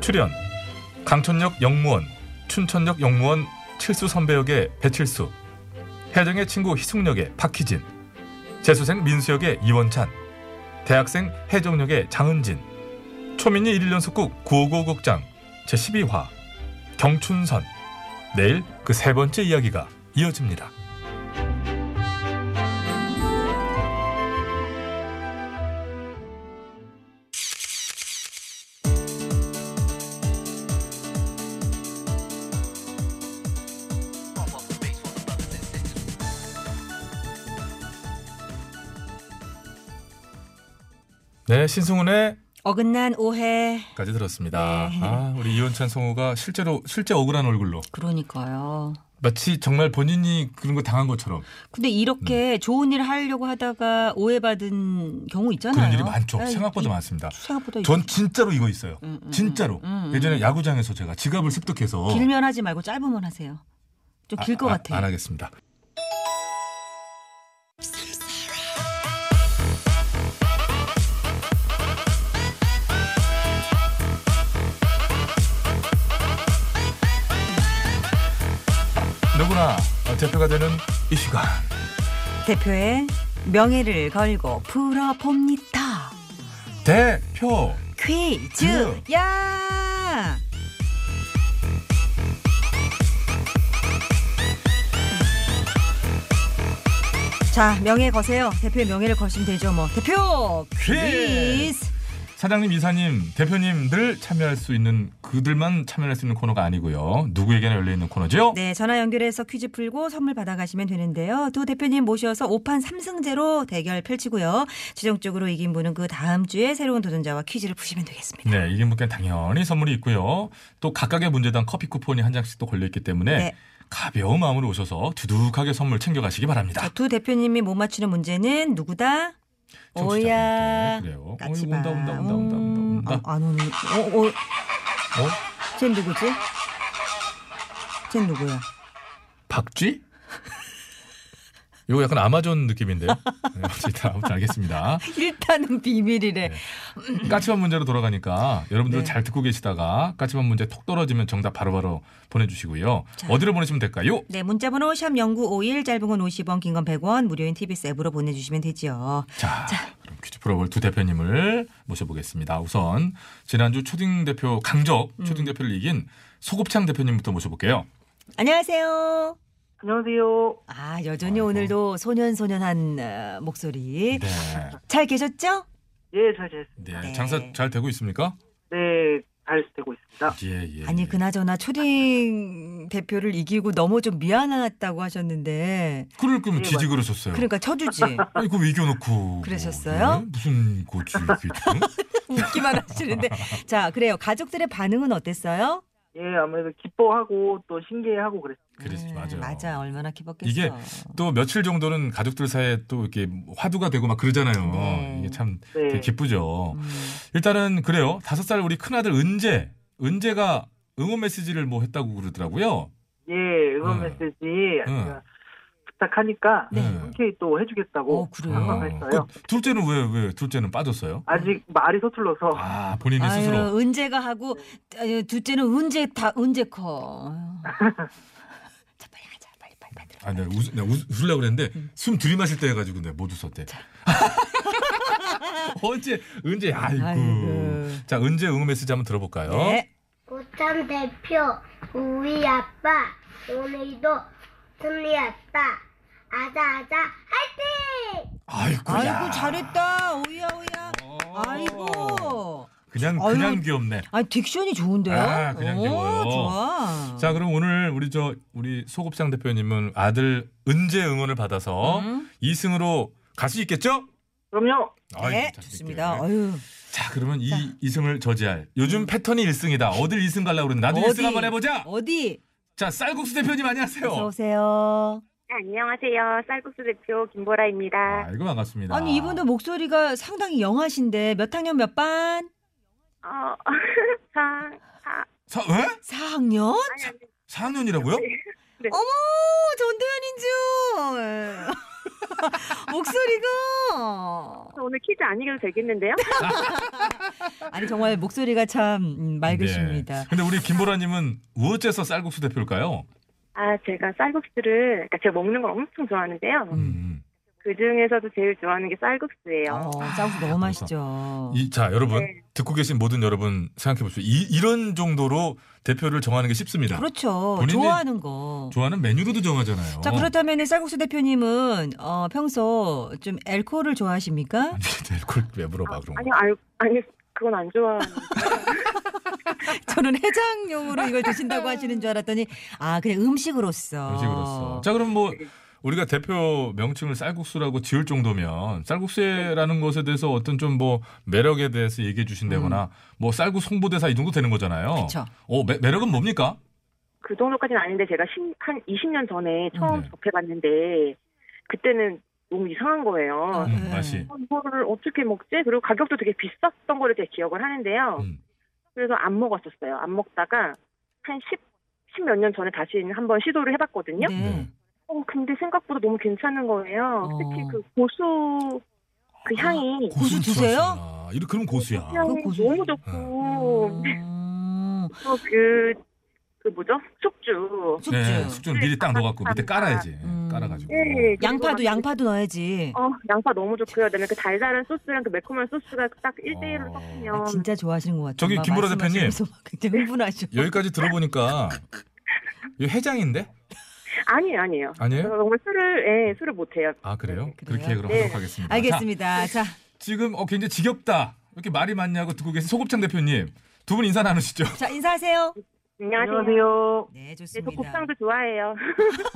출연 강천역 영무원, 춘천역 영무원 칠수 선배 역의 배칠수, 혜정의 친구 희숙 역의 박희진, 재수생 민수 역의 이원찬, 대학생 혜정 역의 장은진, 초민이 1일 연속극 955 극장 제12화 경춘선 내일 그 세 번째 이야기가 이어집니다. 네, 신승훈의 어긋난 오해. 까지 들었습니다. 아, 우리 이원찬 성우가 실제로 실제 억울한 얼굴로 그러니까요. 마치 정말 본인이 그런 거 당한 것처럼 근데 이렇게 음. 좋은 일을 하려고 하다가 오해받은 경우 있잖아요. 그런 일이 많죠. 아, 생각보다 이- 많습니다. 생각보다 전 있- 진짜로 이거 있어요. 진짜로 음, 음. 예전에 야구장에서 제가 지갑을 습득해서 길면 하지 말고 짧으면 하세요. 좀 길 것 어. 아, 아, 같아요. 안 하겠습니다. 누구나 대표가 되는 이 시간 아. 대표의 명예를 걸고 풀어봅니다. 대표 음. 퀴즈 야! 자, 명예 거세요. 대표의 명예를 거시면 되죠, 뭐. 대표 퀴즈! 사장님, 이사님, 대표님들 참여할 수 있는 그들만 참여할 수 있는 코너가 아니고요. 누구에게나 열려 있는 코너죠. 네, 전화 연결해서 퀴즈 풀고 선물 받아가시면 되는데요. 두 대표님 모셔서 5판 3승제로 대결 펼치고요. 최종적으로 이긴 분은 그 다음 주에 새로운 도전자와 퀴즈를 푸시면 되겠습니다. 네, 이긴 분께 당연히 선물이 있고요. 또 각각의 문제당 커피 쿠폰이 한 장씩 또 걸려 있기 때문에 네. 가벼운 마음으로 오셔서 두둑하게 선물 챙겨가시기 바랍니다. 자, 두 대표님이 못 맞추는 문제는 누구다? 오야. 그래요. 어, 같이 온다, 온다, 온다, 온다, 온다, 온다. 안 오는. 어, 어. 쟤 누구지? 쟤 누구야? 박쥐? 이거 약간 아마존 느낌인데요. 네, 어쨌든 아무튼 알겠습니다. 일단은 비밀이래. 까치밥 문제로 돌아가니까 네. 여러분들 잘 듣고 계시다가 까치밥 문제 톡 떨어지면 정답 바로바로 보내주시고요. 어디로 보내시면 될까요? 네, 문자번호 샵 0951, 짧은 건 50원, 긴 건 100원, 무료인 TBS 앱으로 보내주시면 되지요. 자, 그럼 퀴즈 풀어볼 두 대표님을 모셔보겠습니다. 우선 지난주 초딩 대표 강적 음. 초딩 대표를 이긴 소곱창 대표님부터 모셔볼게요. 안녕하세요. 안녕하세요. 아, 여전히 오늘도 소년소년한 어, 목소리. 네. 잘 계셨죠? 예, 잘 됐습니다. 네, 장사 잘 되고 있습니까? 네, 잘 되고 있습니다. 예, 예. 아니, 그나저나 초딩 대표를 이기고 너무 좀 미안하다고 하셨는데. 그럴 네, 거면 지지 그러셨어요. 그러니까 쳐주지. 아니 그거 이겨놓고 네, 그러셨어요? 무슨 고지 이게 지금? 웃기만 하시는데. 자, 그래요. 가족들의 반응은 어땠어요? 예, 아무래도 기뻐하고 또 신기해하고 그랬어요. 음, 그래서 음, 맞아요. 맞아, 얼마나 기뻤겠어. 이게 또 며칠 정도는 가족들 사이에 또 이렇게 화두가 되고 막 그러잖아요. 이게 참 되게 기쁘죠. 일단은 그래요. 다섯 살 우리 큰아들 은재. 은재가 응원 메시지를 뭐 했다고 그러더라고요. 예, 응원 네. 메시지 제가 부탁하니까 흔쾌히 또 어, 해주겠다고 그 당황했어요. 둘째는 왜, 왜 둘째는 빠졌어요? 아직 말이 서툴러서 아, 본인이 스스로. 은재가 하고 아유, 둘째는 은재 다 은재 커. 아, 내가 웃, 내가 웃, 웃으려고 그랬는데 숨 들이마실 때 해가지고 내가 못 웃었대. 언제, 은재, 아이고. 네. 자, 은재 응원 메시지 한번 들어볼까요? 고참 대표 우리 아빠 오늘도 승리했다 아자아자 화이팅! 아이고 아이고 잘했다. 오야 오야. 어. 아이고. 그냥 아유. 그냥 귀엽네. 아 딕션이 좋은데요? 아, 그냥 오, 귀여워요. 좋아. 자, 그럼 오늘 우리 저 우리 소곱상 대표님은 아들 은재 응원을 받아서 음. 이 2승으로 갈 수 있겠죠? 그럼요. 네, 좋습니다. 어유. 네. 자, 그러면 이 2승을 저지할. 요즘 패턴이 1승이다. 어딜 2승 가려고 그러는데 나도 일 1승 한번 해 보자. 음. 어디? 자, 쌀국수 대표님 안녕하세요. 어서 오세요. 네, 안녕하세요. 쌀국수 대표 김보라입니다. 아이고 반갑습니다. 아니 이분도 목소리가 상당히 영하신데 몇 학년 몇 반? 어, 사, 사, 사, 왜? 4학년? 4학년이라고요? 어머 전도연인 줄 목소리가 저 오늘 퀴즈 안 이겨도 되겠는데요? 아니 정말 목소리가 참 음, 맑으십니다. 네. 근데 우리 김보라 님은 어째서 쌀국수 대표일까요? 아, 제가 쌀국수를, 그러니까 제가 먹는 걸 엄청 좋아하는데요. 음. 음. 그 중에서도 제일 좋아하는 게 쌀국수예요. 쌀국수 너무 맛있죠. 아, 이, 자, 여러분. 네. 듣고 계신 모든 여러분 생각해 보십시오. 이, 이런 정도로 대표를 정하는 게 쉽습니다. 그렇죠. 본인이 어. 좋아하는 거. 좋아하는 메뉴로도 정하잖아요. 자 그렇다면 쌀국수 대표님은 어, 평소 좀 알코올을 좋아하십니까? 알콜 왜 물어봐 네, 그럼. 아니요, 알, 아니, 그건 안 좋아하는데. 저는 해장용으로 이걸 드신다고 하시는 줄 알았더니 아 네. 그냥 음식으로서. 음식으로서. 자 그럼 뭐 우리가 대표 명칭을 쌀국수라고 지을 정도면 쌀국수라는 것에 대해서 어떤 좀 뭐 매력에 대해서 얘기해 주신다거나 음. 뭐 쌀국 송보대사 이 정도 되는 거잖아요. 그쵸. 어 매, 매력은 뭡니까? 그 정도까지는 아닌데 제가 십- 한 20년 전에 처음 네. 접해봤는데 그때는 너무 이상한 거예요. 음, 맛이. 어, 이거를 어떻게 먹지? 그리고 가격도 되게 비쌌던 거를 제 기억을 하는데요. 음. 그래서 안 먹었었어요. 안 먹다가 한 10, 10몇 년 전에 다시 한번 시도를 해봤거든요. 네. 어, 근데 생각보다 너무 괜찮은 거예요. 특히 그 고수 그 향이 어. 아, 고수 드세요? 아, 이렇게 그럼 고수야. 아. 향이 너무 좋고 어, 또그 그 뭐죠? 숙주. 네, 숙주 미리 딱 넣어갖고 밑에 깔아야지. 깔아가지고. 네, 그리고 양파도 막- 양파도 넣어야지. 어, 양파 너무 좋고요. 그다음에 그 달달한 소스랑 그 매콤한 소스가 딱 1대1로 섞으면 아, 진짜 좋아하시는 것 같아요. 저기 막 김보라 대표님. 말씀하시면서 막 굉장히 흥분하셔. 여기까지 들어보니까 이 해장인데? 아니에요, 아니에요. 아니에요? 저 정말 술을 예, 술을 못 해요. 아 그래요? 그렇게 그럼 네. 하도록 하겠습니다. 알겠습니다. 자, 자, 지금 어, 굉장히 지겹다. 왜 이렇게 말이 많냐고 듣고 계신 소곱창 대표님 두 분 인사 나누시죠. 자 인사하세요. 안녕하세요. 네, 좋습니다. 저 곱창도 좋아해요.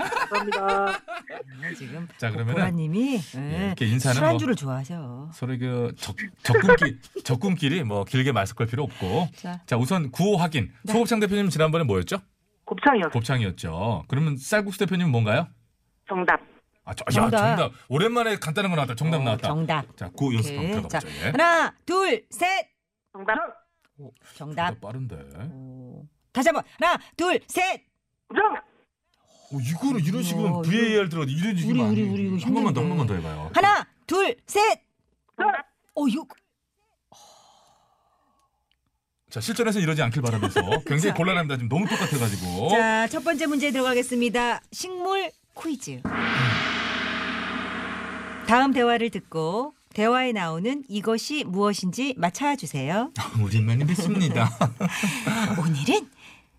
감사합니다. 아, 지금 자 그러면 보라님이 예, 이렇게 인사는 뭐- 술안주를 좋아하셔. 서로 그 적, 적군끼 적군끼리 뭐 길게 말섞을 필요 없고 자. 자, 우선 구호 확인. 소곱창 대표님 지난번에 뭐였죠? 곱창이요. 곱창이었죠. 그러면 쌀국수 대표님 은 뭔가요? 정답. 아, 저, 정답. 정답. 야, 정답. 오랜만에 간단한 거 나왔다. 정답 나왔다. 정답. 자, 구호 연습 한번 오케이. 들어가 보죠. 자, 예. 어, 하나, 둘, 셋. 정답. 정답. 빠른데. 다시 한번 하나, 둘, 셋. 어, 이거는 이런 식으로 VAR 들어도 이런 식으로 우리 우리 우리 한 번만 더 한 번만 더 해봐요. 하나, 둘, 셋. 어, 이거 자 실전에서 이러지 않길 바라면서 굉장히 곤란합니다. 지금 너무 똑같아가지고. 자, 첫 번째 문제 들어가겠습니다. 식물 퀴즈. 음. 다음 대화를 듣고 대화에 나오는 이것이 무엇인지 맞춰주세요. 우리만이 믿습니다. 오늘은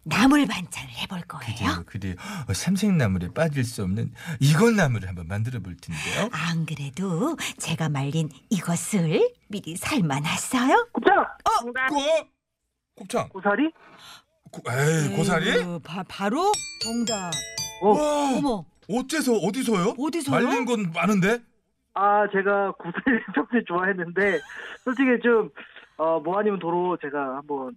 나물 반찬을 해볼 거예요. 그래 어, 삼색나물에 빠질 수 없는 이건 나물을 한번 만들어 볼 텐데요. 안 그래도 제가 말린 이것을 미리 삶아놨어요. 정답. 곱창. 고사리? 에이 고사리? 에휴, 바, 바로 정답. 와, 어머. 어째서 어디서요? 어디서요? 말린 건 많은데. 아, 제가 구사리 평소에 좋아했는데, 솔직히 좀, 어, 뭐 아니면 도로 제가 한번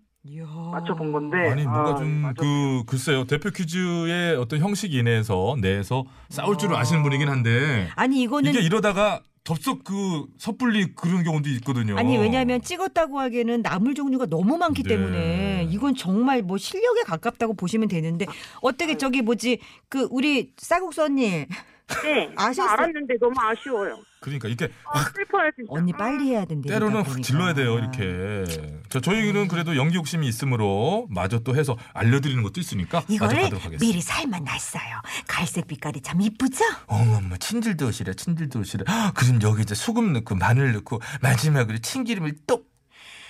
맞춰본 건데. 아니 아, 뭔가 좀 그 글쎄요 대표 퀴즈의 어떤 형식 이내에서 내에서 싸울 줄 아시는 분이긴 한데 아니 이거는 이게 이러다가 덥석 그 섣불리 그런 경우도 있거든요. 아니 왜냐하면 찍었다고 하기에는 나물 종류가 너무 많기 네. 때문에 이건 정말 뭐 실력에 가깝다고 보시면 되는데 아, 어떻게 저기 뭐지 그 우리 쌀국수 언니 네. 아셨어요? 알았는데 너무 아쉬워요. 그러니까 이게 아, 슬퍼요 진짜. 언니 빨리 해야 된대. 그러니까. 때로는 확 질러야 돼요 예. 이렇게. 저 저희는 그래도 연기 욕심이 있으므로 마저 또 해서 알려드리는 것도 있으니까 마저 이거를 가도록 하겠습니다. 미리 삶아놨어요. 갈색 빛깔이 참 이쁘죠? 어머머 친질 도시래 친질 도시래. 그럼 여기 이제 소금 넣고 마늘 넣고 마지막으로 참기름을 똑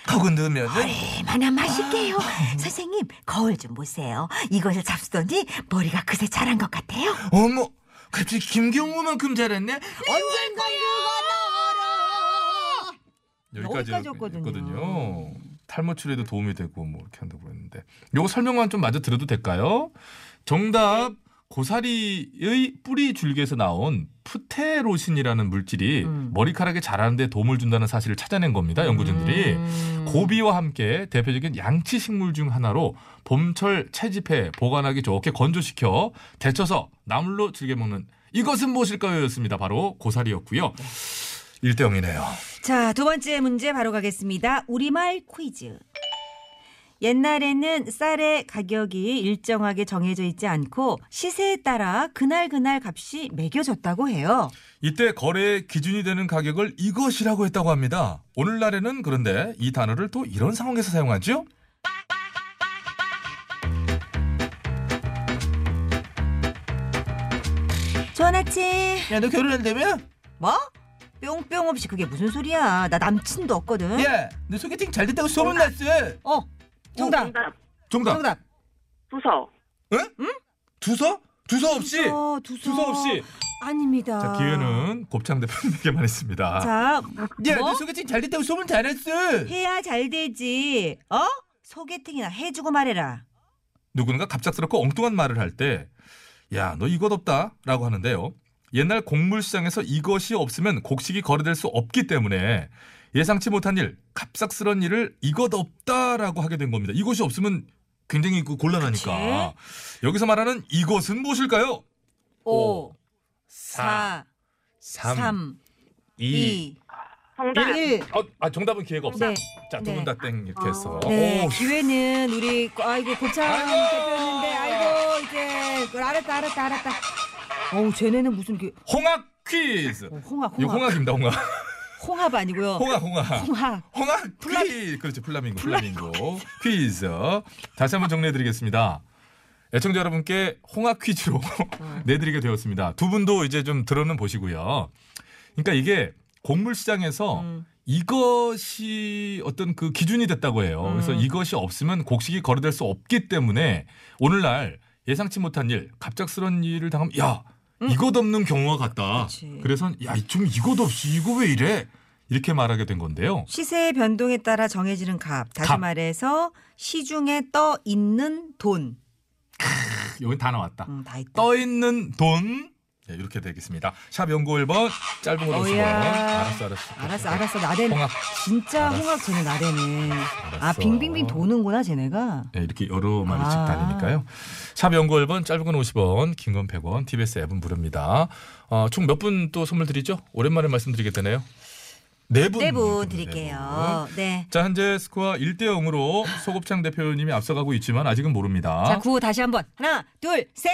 하고 넣으면 얼마나 맛있게요. 아. 선생님 거울 좀 보세요. 이것을 잡수더니 머리가 그새 자란 것 같아요. 어머 갑자기 김경호만큼 잘했네. 언젠가 여기까지 여기까지였거든요. 했거든요. 탈모 치료에도 도움이 되고 뭐 이렇게 한다고 그랬는데 요거 설명만 좀 마저 들어도 될까요? 정답 고사리의 뿌리 줄기에서 나온 푸테로신이라는 물질이 머리카락에 자라는데 도움을 준다는 사실을 찾아낸 겁니다. 연구진들이 고비와 함께 대표적인 양치 식물 중 하나로 봄철 채집해 보관하기 좋게 건조시켜 데쳐서 나물로 즐겨 먹는 이것은 무엇일까요?였습니다. 바로 고사리였고요. 1대 0이네요. 자, 두 번째 문제 바로 가겠습니다. 우리말 퀴즈. 옛날에는 쌀의 가격이 일정하게 정해져 있지 않고 시세에 따라 그날그날 값이 매겨졌다고 해요. 이때 거래의 기준이 되는 가격을 이것이라고 했다고 합니다. 오늘날에는 그런데 이 단어를 또 이런 상황에서 사용하죠? 전화치. 야, 너 결혼한다며? 뭐? 뿅뿅 없이 그게 무슨 소리야. 나 남친도 없거든. 야, 예, 너 소개팅 잘 됐다고 소문났어. 어, 정답. 정답. 두서. 응? 두서? 두서 없이? 두서, 두서. 없이. 어, 아닙니다. 자, 기회는 곱창 대표님에게만 있습니다. 자, 뭐? 야, 너 소개팅 잘 됐다고 소문 잘했어. 해야 잘 되지. 어? 소개팅이나 해주고 말해라. 누군가 갑작스럽고 엉뚱한 말을 할 때, 야, 너 이것 없다. 라고 하는데요. 옛날 곡물시장에서 이것이 없으면 곡식이 거래될 수 없기 때문에 예상치 못한 일, 갑작스런 일을 이것 없다라고 하게 된 겁니다. 이것이 없으면 굉장히 그 곤란하니까. 여기서 말하는 이것은 무엇일까요? 오, 사, 삼, 이. 정답. 일. 어, 아, 정답은 기회가 없어. 네. 자, 두 분 다 땡 이렇게 해서. 네, 어, 오, 기회는 우리 아이고 고창 대표였는데 아이고 이제 그걸 알았다 알았다 알았다. 어우 쟤네는 무슨 게 홍합 퀴즈. 홍합 이 홍합 홍합입니다, 홍합. 홍합 아니고요. 홍합, 홍합. 홍합. 홍합 퀴즈. 그렇죠. 플라밍고. 플라밍고. 퀴즈. 다시 한번 정리해 드리겠습니다. 애청자 여러분께 홍합 퀴즈로 내드리게 되었습니다. 두 분도 이제 좀 들어는 보시고요. 그러니까 이게 곡물 시장에서 이것이 어떤 그 기준이 됐다고 해요. 그래서 이것이 없으면 곡식이 거래될 수 없기 때문에 오늘날 예상치 못한 일, 갑작스런 일을 당하면 야 이것 없는 경우와 같다. 음. 그래서 야좀 이것 없이 이거 왜 이래? 이렇게 말하게 된 건데요. 시세의 변동에 따라 정해지는 값. 다시 값. 말해서 시중에 떠 있는 돈. 여기 다 음, 나왔다. 떠 있는 돈. 네, 이렇게 되겠습니다. 샵 연구 1번 짧은 거 50원. 어야. 알았어 알았어. 알았어 알았어 나대네. 홍합. 진짜 홍합 쟤네 나대네. 아 빙빙빙 도는구나 쟤네가. 네, 이렇게 여러 마리 씩 아. 다니니까요. 샵 연구 1번 짧은 건 50원, 긴 건 100원. TBS 앱은 무료입니다. 어, 총 몇 분 또 선물 드리죠? 오랜만에 말씀드리게 되네요. 네 분. 네분 드릴게요. 네. 자, 현재 스코어 1대 0으로 소곱창 대표님이 앞서가고 있지만 아직은 모릅니다. 자, 구호 다시 한번. 하나, 둘, 셋.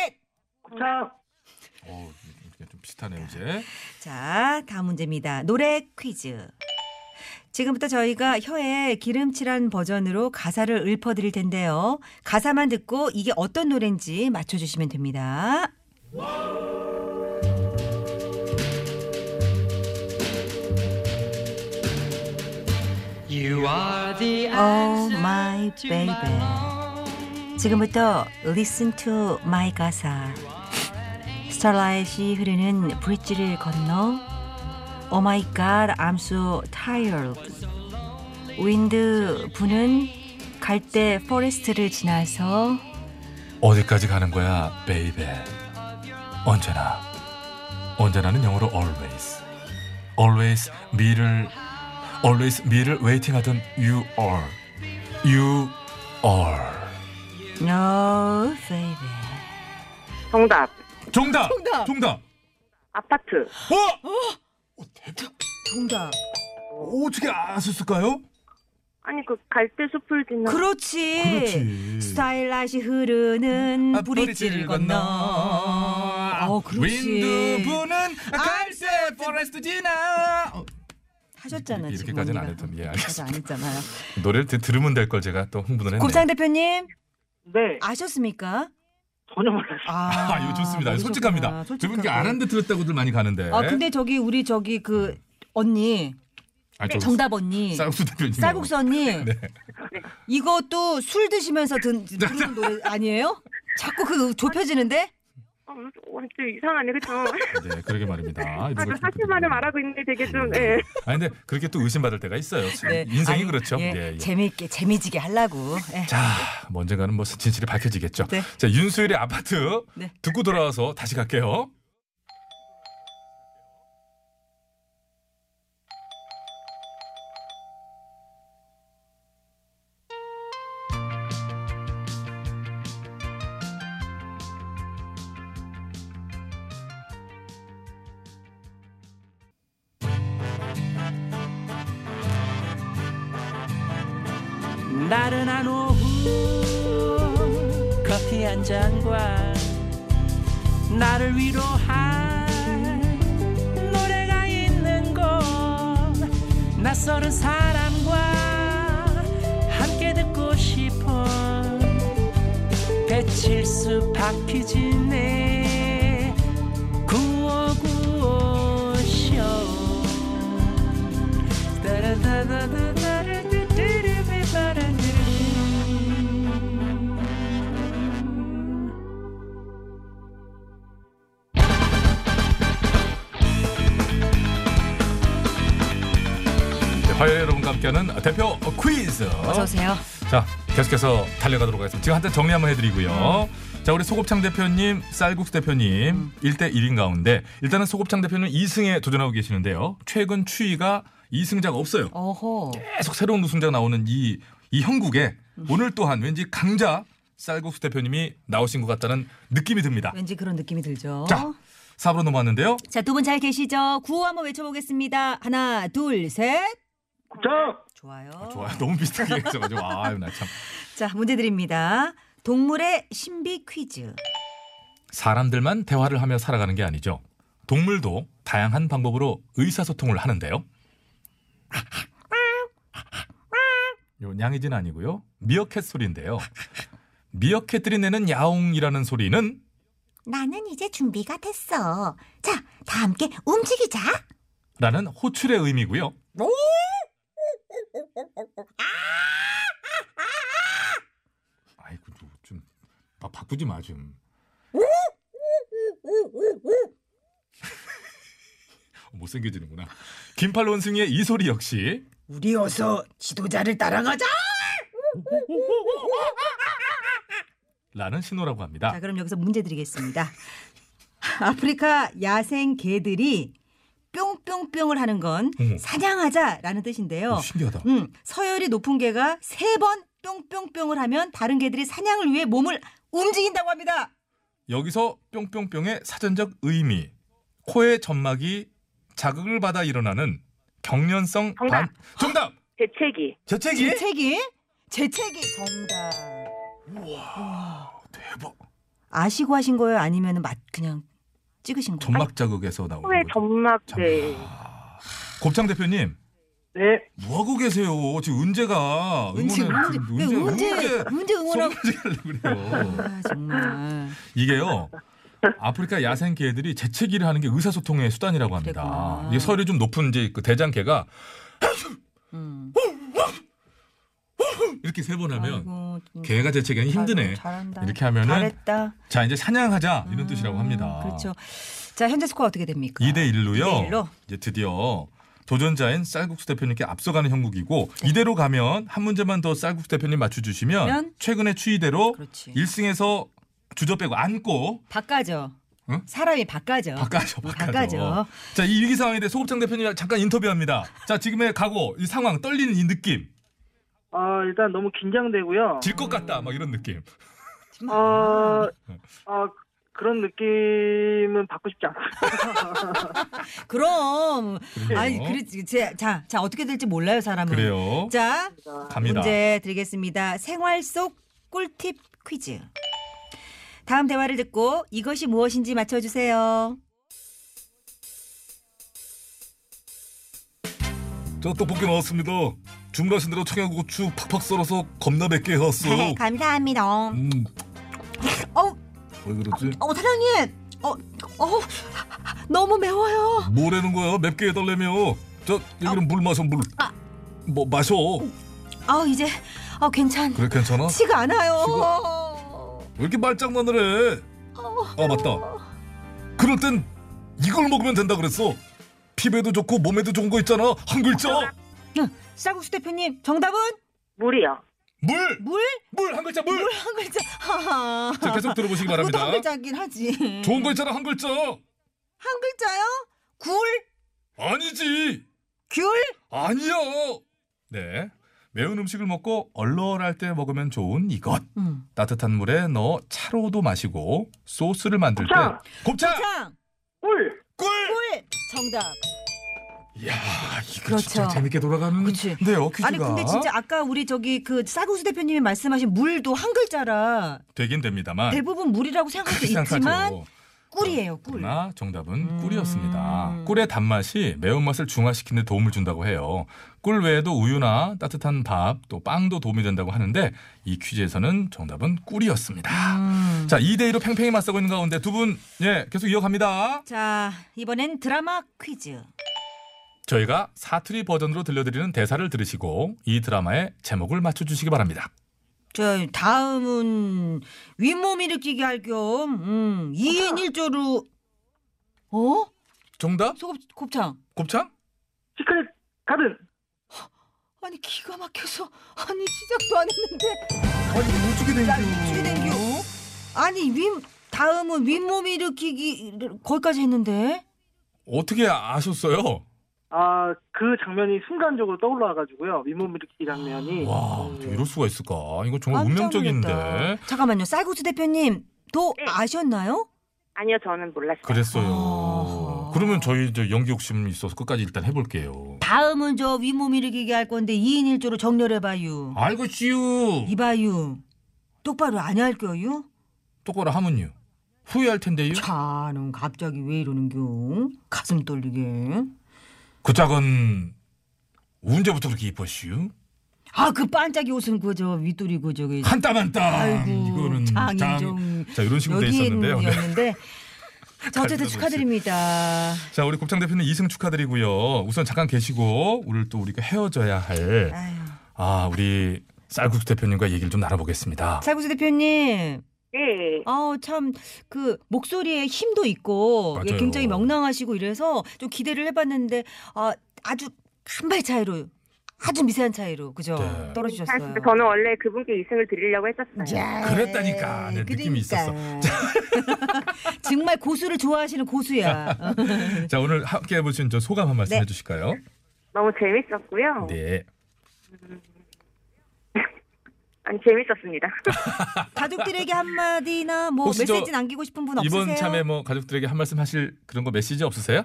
비슷하네요, 이제. 자, 다음 문제입니다. 노래 퀴즈. 지금부터 저희가 혀에 기름칠한 버전으로 가사를 읊어드릴 텐데요. 가사만 듣고 이게 어떤 노래인지 맞춰주시면 됩니다. You are the Oh my baby. 지금부터 listen to my 가사. 스타라이트이 흐르는 브릿지를 건너 Oh my god, I'm so tired. 윈드 부는 갈대 포레스트를 지나서 어디까지 가는 거야, 베이베? 언제나 언제나는 영어로 always, always 미를 always 미를 웨이팅하던 you are, you are. No, baby. 정답. 정답. 정답. 정답. 아파트. 어? 정답. 어떻게 아셨을까요? 아니 그 갈대 숲을 지나. 그렇지. 그렇지. 스타일라시 흐르는 아, 브릿지를 건너. 어, 윈드 그렇지. 부는 갈색 포레스트 지나. 하셨잖아. 이렇게까지는 안 했던 예 아직 알겠습니다. 안 했잖아요. 노래를 드- 들으면 될 걸 제가 또 흥분을 했네요. 곱창 대표님. 네. 아셨습니까? 전혀 몰랐어요. 아, 아, 이거 좋습니다. 솔직합니다. 두 분께 안 한데 들었다고들 많이 가는데. 아 근데 저기 우리 저기 그 언니 음. 아, 저 정답 언니 쌀국수 대표님. 쌀국수 언니 네. 네. 이것도 술 드시면서 든, 듣는 노래 아니에요? 자꾸 그 좁혀지는데? 어, 좀 이상하네, 그죠? 네, 그러게 말입니다. 아주 누가- 사실 만을 말하고 있는데 되게 좀, 예. 아 근데 그렇게 또 의심받을 때가 있어요. 참. 네. 인생이 아니, 그렇죠. 예, 예, 예. 재미있게 재미지게 하려고. 예. 자, 뭐 언젠가는 뭐 진실이 밝혀지겠죠. 네. 자, 윤수일의 아파트 네. 듣고 돌아와서 다시 갈게요. 나른한 오후 커피 한 잔과 나를 위로할 노래가 있는 곳 낯설은 사람과 함께 듣고 싶어 배칠수 박희진의 9595 쇼. 네, 화요일 여러분과 함께하는 대표 퀴즈. 어서 오세요. 자, 계속해서 달려가도록 하겠습니다. 지금 한잔 정리 한번 해드리고요. 음. 자, 우리 소곱창 대표님, 쌀국수 대표님 일 1대 1인 가운데 일단은 소곱창 대표님 2승에 도전하고 계시는데요. 최근 추위가 2승자가 없어요. 어허. 계속 새로운 우승자 나오는 이, 이 형국에 음. 오늘 또한 왠지 강자 쌀국수 대표님이 나오신 것 같다는 느낌이 듭니다. 왠지 그런 느낌이 들죠. 자, 4부로 넘어왔는데요. 자, 두 분 잘 계시죠? 구호 한번 외쳐보겠습니다. 하나, 둘, 셋. 좋아요. 좋아요. 너무 비슷하게 해서가지고 아유 나 참. 자, 문제 드립니다. 동물의 신비 퀴즈. 사람들만 대화를 하며 살아가는 게 아니죠. 동물도 다양한 방법으로 의사소통을 하는데요. 요 냥이진 아니고요. 미어캣 소리인데요. 미어캣들이 내는 야옹이라는 소리는 나는 이제 준비가 됐어. 자, 다 함께 움직이자. 라는 호출의 의미고요. 아이고 좀- 좀 아, 바, 바꾸지 마 좀. 못생겨지는구나. 긴팔 원숭이의 이 소리 역시 우리 어서 지도자를 따라가자. 라는 신호라고 합니다. 자, 그럼 여기서 문제 드리겠습니다. 아프리카 야생 개들이 뿅뿅뿅을 하는 건 어머. 사냥하자라는 뜻인데요. 오, 음. 어, 신기하다. 음, 서열이 높은 개가 세 번 뿅뿅뿅을 하면 다른 개들이 사냥을 위해 몸을 움직인다고 합니다. 여기서 뿅뿅뿅의 사전적 의미. 코의 점막이 자극을 받아 일어나는 경련성 반 정답. 재채기. 재채기? 재채기? 재채기 정답. 우와. 대박. 아시고 하신 거예요? 아니면 막 그냥 찍으신 거예요? 점막 자극에서 나온 코의 아, 점막, 아, 네. 곱창 대표님. 네. 뭐 하고 계세요? 지금 은재가 은재, 응원해- 은재, 아, 지금 네, 은재 은재, 은재 응원하고. 소문지르려고 그래요. 아, 정말. 이게요. 아프리카 야생 개들이 재채기를 하는 게 의사소통의 수단이라고 합니다. 이게 서열이 좀 높은 이제 그 대장 개가 음. 이렇게 세 번 하면 개가 재채기는 힘드네. 잘한다. 이렇게 하면은 잘했다. 자 이제 사냥하자 이런 뜻이라고 합니다. 그렇죠. 아. 자, 현재 스코어 어떻게 됩니까? 2대 1로요. 그렇죠. 이대 일로. 이제 드디어 도전자인 쌀국수 대표님께 앞서가는 형국이고 네. 이대로 가면 한 문제만 더 쌀국수 대표님 맞춰 면? 주시면 최근의 추이대로 일 1승에서 주저 빼고 안고 바꿔줘. 응? 사람이 바꿔줘. 바꿔줘, 바꿔줘. 바꿔줘. 자, 이 위기 상황에 대해 소급창 대표님 잠깐 인터뷰합니다. 자, 지금의 각오, 이 상황, 떨리는 이 느낌, 아 일단 너무 긴장되고요. 질 것 같다, 막 이런 느낌. 아, 네. 아 그런 느낌은 받고 싶지 않습니다. 그럼 그래요. 아니 그렇지 제- 자, 자 어떻게 될지 몰라요 사람은 그래요. 자 갑니다. 문제 드리겠습니다 생활 속 꿀팁 퀴즈 다음 대화를 듣고 이것이 무엇인지 맞춰주세요 저 떡볶이 나왔습니다. 주문하신 대로 청양고추 팍팍 썰어서 겁나 맵게 해왔어요. 네, 감사합니다. 음, 어우, 왜 그러지? 어, 사장님. 어, 어, 너무 매워요. 뭐라는 거야? 맵게 해달라며. 저 어. 여기는 물 마셔 물. 아. 뭐 마셔. 아 이제 아 괜찮 그래 괜찮아? 치가 않아요 왜 이렇게 말장난을 해? 아 맞다. 그럴 땐 이걸 먹으면 된다 그랬어. 피부에도 좋고 몸에도 좋은 거 있잖아. 한 글자. 쌀국수 대표님 정답은 물이요. 물. 물? 물 한 글자 물. 물 한 글자. 하하. 자, 계속 들어보시기 바랍니다. 그것도 한 글자긴 네. 하지. 좋은 거 있잖아 한 글자. 한 글자요? 굴? 아니지. 귤? 아니요. 네. 매운 음식을 먹고 얼얼할 때 먹으면 좋은 이것. 음. 따뜻한 물에 넣어 차로도 마시고 소스를 만들 때 곱창. 탕. 꿀. 꿀. 꿀. 정답. 이야, 이거 진짜 그렇죠. 재밌게 돌아가는. 네요 어, 퀴즈가. 아니 근데 진짜 아까 우리 저기 그 쌀국수 대표님이 말씀하신 물도 한 글자라 되긴 됩니다만. 대부분 물이라고 생각할 수 그렇게 생각하죠. 있지만 꿀이에요 꿀. 그러나 정답은 음. 꿀이었습니다. 꿀의 단맛이 매운맛을 중화시키는 데 도움을 준다고 해요. 꿀 외에도 우유나 따뜻한 밥, 또 빵도 도움이 된다고 하는데 이 퀴즈에서는 정답은 꿀이었습니다. 음. 자, 2대2로 팽팽히 맞서고 있는 가운데 두 분, 예, 계속 이어갑니다. 자 이번엔 드라마 퀴즈. 저희가 사투리 버전으로 들려드리는 대사를 들으시고 이 드라마의 제목을 맞춰주시기 바랍니다. 저 다음은 윗몸 일으키기 할겸 음, 2인 1조로 어? 정답? 소곱 곱창. 곱창? 시크릿 가든. 아니 기가 막혀서 아니 시작도 안 했는데 아니 못 주게 된겨. 못 주게 된겨. 아니 윗 다음은 윗몸 일으키기 거기까지 했는데 어떻게 아셨어요? 아, 그 장면이 순간적으로 떠올라가지고요. 윗몸 일으키기 장면이. 음. 와, 어떻게 이럴 수가 있을까? 이거 정말 깜짝 운명적인데. 놀랐다. 잠깐만요 쌀국수 대표님 도 아셨나요? 네. 아니요, 저는 몰랐어요. 아. 그랬어요. 그러면 저희 저 연기 욕심 있어서 끝까지 일단 해볼게요. 다음은 저 윗몸 일으키기 할 건데 2인 1조로 정렬해봐요. 알고 씨유. 이봐요. 똑바로 안 할거요? 똑바로 하면요. 후회할 텐데요. 자, 넌 갑자기 왜 이러는겨? 가슴 떨리게. 그 짝은 언제부터 그렇게 이뻤슈? 아, 그 반짝이 옷은 그저 윗돌이 그 저기 한 땀 한땀 아이고, 이거는 장인종. 장. 자 이런 식으로 돼 있었는데요. 네. 여기였는데. 자, 어쨌든 가슴 축하드립니다. 자 우리 곱창 대표님 이승 축하드리고요. 우선 잠깐 계시고 오늘 또 우리가 헤어져야 할. 아 우리 쌀국수 대표님과 얘기를 좀 나눠보겠습니다. 살구수 대표님. 네. 어, 참, 그, 목소리에 힘도 있고, 예, 맞아요. 굉장히 명랑하시고 이래서 좀 기대를 해봤는데, 아, 아주 한 발 차이로, 아주 미세한 차이로, 그죠? 네. 떨어지셨어요. 사실 저는 원래 그분께 이승을 드리려고 했었어요. 그랬다니까 네, 느낌이 있었어. 정말 고수를 좋아하시는 고수야. 어. 자 오늘 함께 해보신 저 소감 한 말씀 네. 어. 해주실까요? 너무 재밌었고요. 네. 아니, 재밌었습니다. 가족들에게 한마디나 뭐 혹시 저 메시지 남기고 싶은 분 없으세요? 이번 참에 뭐 가족들에게 한 말씀 하실 그런 거 메시지 없으세요?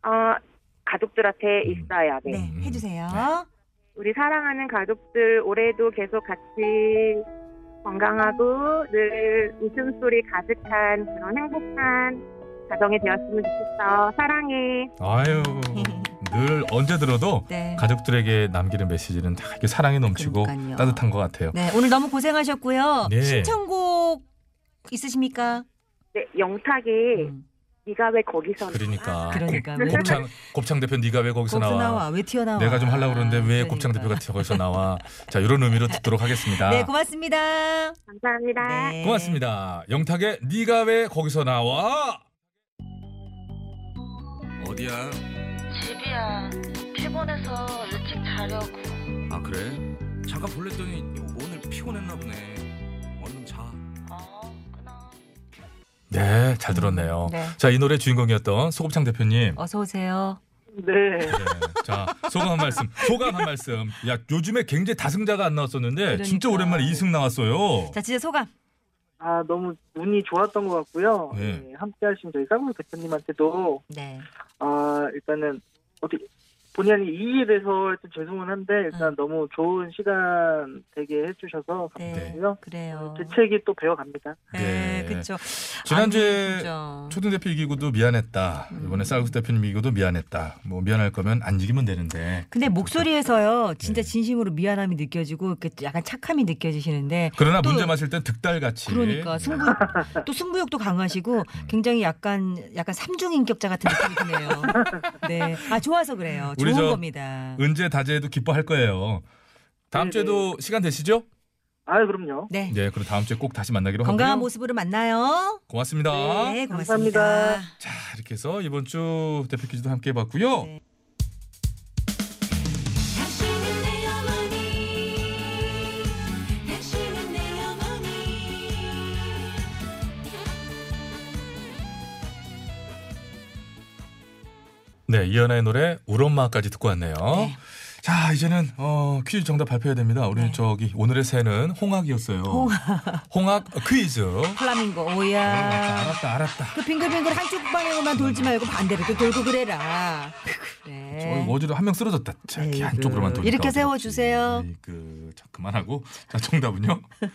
아, 가족들한테 있어야 돼. 네, 해주세요. 우리 사랑하는 가족들 올해도 계속 같이 건강하고 늘 웃음소리 가득한 그런 행복한 가정이 되었으면 좋겠어. 사랑해. 아유 늘 언제 들어도 네. 가족들에게 남기는 메시지는 다 이게 사랑이 넘치고 그러니까요. 따뜻한 것 같아요. 네, 오늘 너무 고생하셨고요. 네. 신청곡 있으십니까? 음. 네, 영탁이 네가 왜 거기서 그러니까, 그러니까 곱- 왜- 곱창 곱창 대표 네가 왜 거기서 거기서 나와? 나와. 왜 튀어나와? 내가 좀 하려고 그러는데 왜 곱창 대표가 거기서 나와? 자 이런 의미로 듣도록 하겠습니다. 네, 고맙습니다. 네, 감사합니다. 고맙습니다. 영탁의 네가 왜 거기서 나와? 어디야? 집이야. 피곤해서 일찍 자려고. 아 그래? 잠깐 볼랬더니 오늘 피곤했나 보네. 얼른 자. 네, 잘 들었네요. 네. 자, 이 노래 주인공이었던 소곱창 대표님. 어서 오세요. 네. 예. 자, 소감 한 말씀. 소감 한 말씀. 야, 요즘에 굉장히 다승자가 안 나왔었는데 진짜 오랜만에 이승 나왔어요. 자, 진짜 소감. 아, 너무 운이 좋았던 것 같고요. 네. 네, 함께 하신 저희 쌍무 대표님한테도, 네. 아, 일단은, 어떻게, 본의 아닌 이익에 대해서 일단 죄송은 한데, 일단 음. 너무 좋은 시간 되게 해주셔서 감사하고요. 네, 어, 그래요. 제 책이 또 배워갑니다. 네, 그렇죠. 아니, 예. 지난주에 진짜. 초등 대표 이기고도 미안했다. 음. 이번에 쌀국수 대표님 이기고도 미안했다. 뭐 미안할 거면 안 이기면 되는데. 근데 목소리에서요, 진짜 네. 진심으로 미안함이 느껴지고 이렇게 약간 착함이 느껴지시는데 그러나 또 문제 마실 땐 득달같이. 그러니까 승부 또 승부욕도 강하시고 음. 굉장히 약간 약간 삼중 인격자 같은 느낌이 드네요. 네, 아 좋아서 그래요. 우리 좋은 저 겁니다. 은재 다재도 기뻐할 거예요. 다음 주에도 시간 되시죠? 아 그럼요. 네. 네, 그럼 다음 주에 꼭 다시 만나기로 하고요. 어? 건강한 모습으로 만나요. 고맙습니다. 네, 고맙습니다. 자, 이렇게 해서 이번 주 대표 퀴즈도 함께 네. 해봤고요. 네, 이연아의 노래 우리 엄마까지 듣고 왔네요. 자, 이제는 어, 퀴즈 정답 발표해야 됩니다. 우리 저기 오늘의 새는 홍학이었어요. 네. 아, 홍학. 홍학 퀴즈. 플라밍고 오야. 알았다, 알았다. 그 빙글빙글 한쪽 방향으로만 돌지 말고 반대로 또 돌고 그래라. 그래. 어제도 한 명 쓰러졌다. 자, 이렇게 한쪽으로만 네. 돌리다. 그, 이렇게 세워 주세요. 그, 자, 그만하고. 자, 정답은요?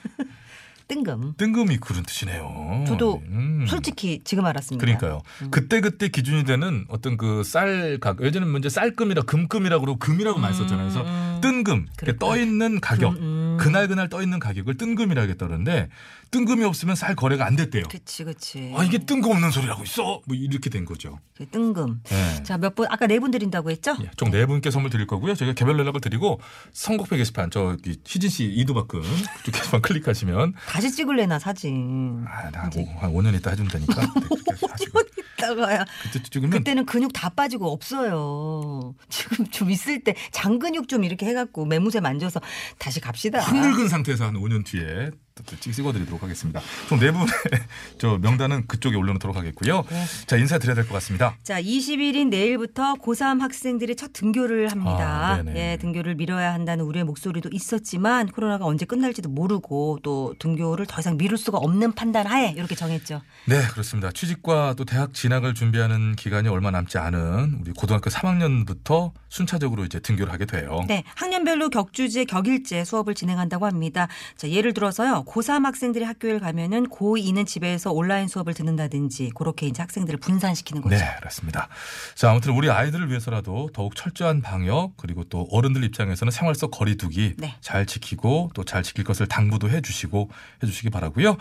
뜬금. 뜬금이 그런 어, 뜻이네요. 음. 저도 솔직히 지금 알았습니다. 그러니까요. 음. 그때 그때 기준이 되는 어떤 그 쌀 가격. 예전에 뭐 이제 쌀금이라 금금이라고 그러고 금이라고 많이 썼잖아요. 음. 그래서 뜬금 이렇게 그렇죠. 떠 있는 가격. 그날 그날 떠 있는 가격을 뜬금이라 하겠다 그러는데 뜬금이 없으면 쌀 거래가 안 됐대요. 그치 그치. 그 아 이게 뜬금없는 소리라고 있어. 뭐 이렇게 된 거죠. 뜬금. 네. 자, 몇 분 아까 네 분 드린다고 했죠? 총 네 분께 선물 드릴 거고요. 저희가 개별 연락을 드리고 선곡표 게시판 저기 희진 씨 이두박근 그쪽 게시판 클릭하시면 다시 찍을래나 사진. 아, 나 뭐, 한 5년 있다 해준다니까. 네, 그렇게 하시고. 이따가야. 그때 찍으면 그때는 근육 다 빠지고 없어요. 지금 좀 있을 때 장 근육 좀 이렇게 해갖고 매무새 만져서 다시 갑시다. 늙은 상태에서 한 5년 뒤에 또 찍- 찍어드리도록 하겠습니다. 총 네 분의 저 명단은 그쪽에 올려놓도록 하겠고요. 자 인사드려야 될 것 같습니다. 자, 20일인 내일부터 고3 학생들이 첫 등교를 아, 합니다. 네네. 예, 등교를 미뤄야 한다는 우리의 목소리도 있었지만 코로나가 언제 끝날지도 모르고 또 등교를 더 이상 미룰 수가 없는 판단 하에 이렇게 정했죠. 네, 그렇습니다. 취직과 또 대학 진학을 준비하는 기간이 얼마 남지 않은 우리 고등학교 3학년부터 순차적으로 이제 등교를 하게 돼요. 네, 학년별로 격주제, 격일제 수업을 진행한다고 합니다. 자, 예를 들어서요. 고3 학생들이 학교에 가면은 고2는 집에서 온라인 수업을 듣는다든지 그렇게 이제 학생들을 분산시키는 거죠. 네, 그렇습니다. 자, 아무튼 우리 아이들을 위해서라도 더욱 철저한 방역 그리고 또 어른들 입장에서는 생활 속 거리두기 잘 지키고 또 잘 지킬 것을 당부도 해주시고 해주시기 바라고요.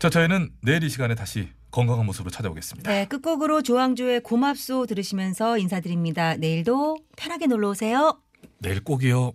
자, 저희는 내일 이 시간에 다시 건강한 모습으로 찾아오겠습니다. 네, 끝곡으로 조항조의 고맙소 들으시면서 인사드립니다. 내일도 편하게 놀러 오세요. 내일 꼭이요.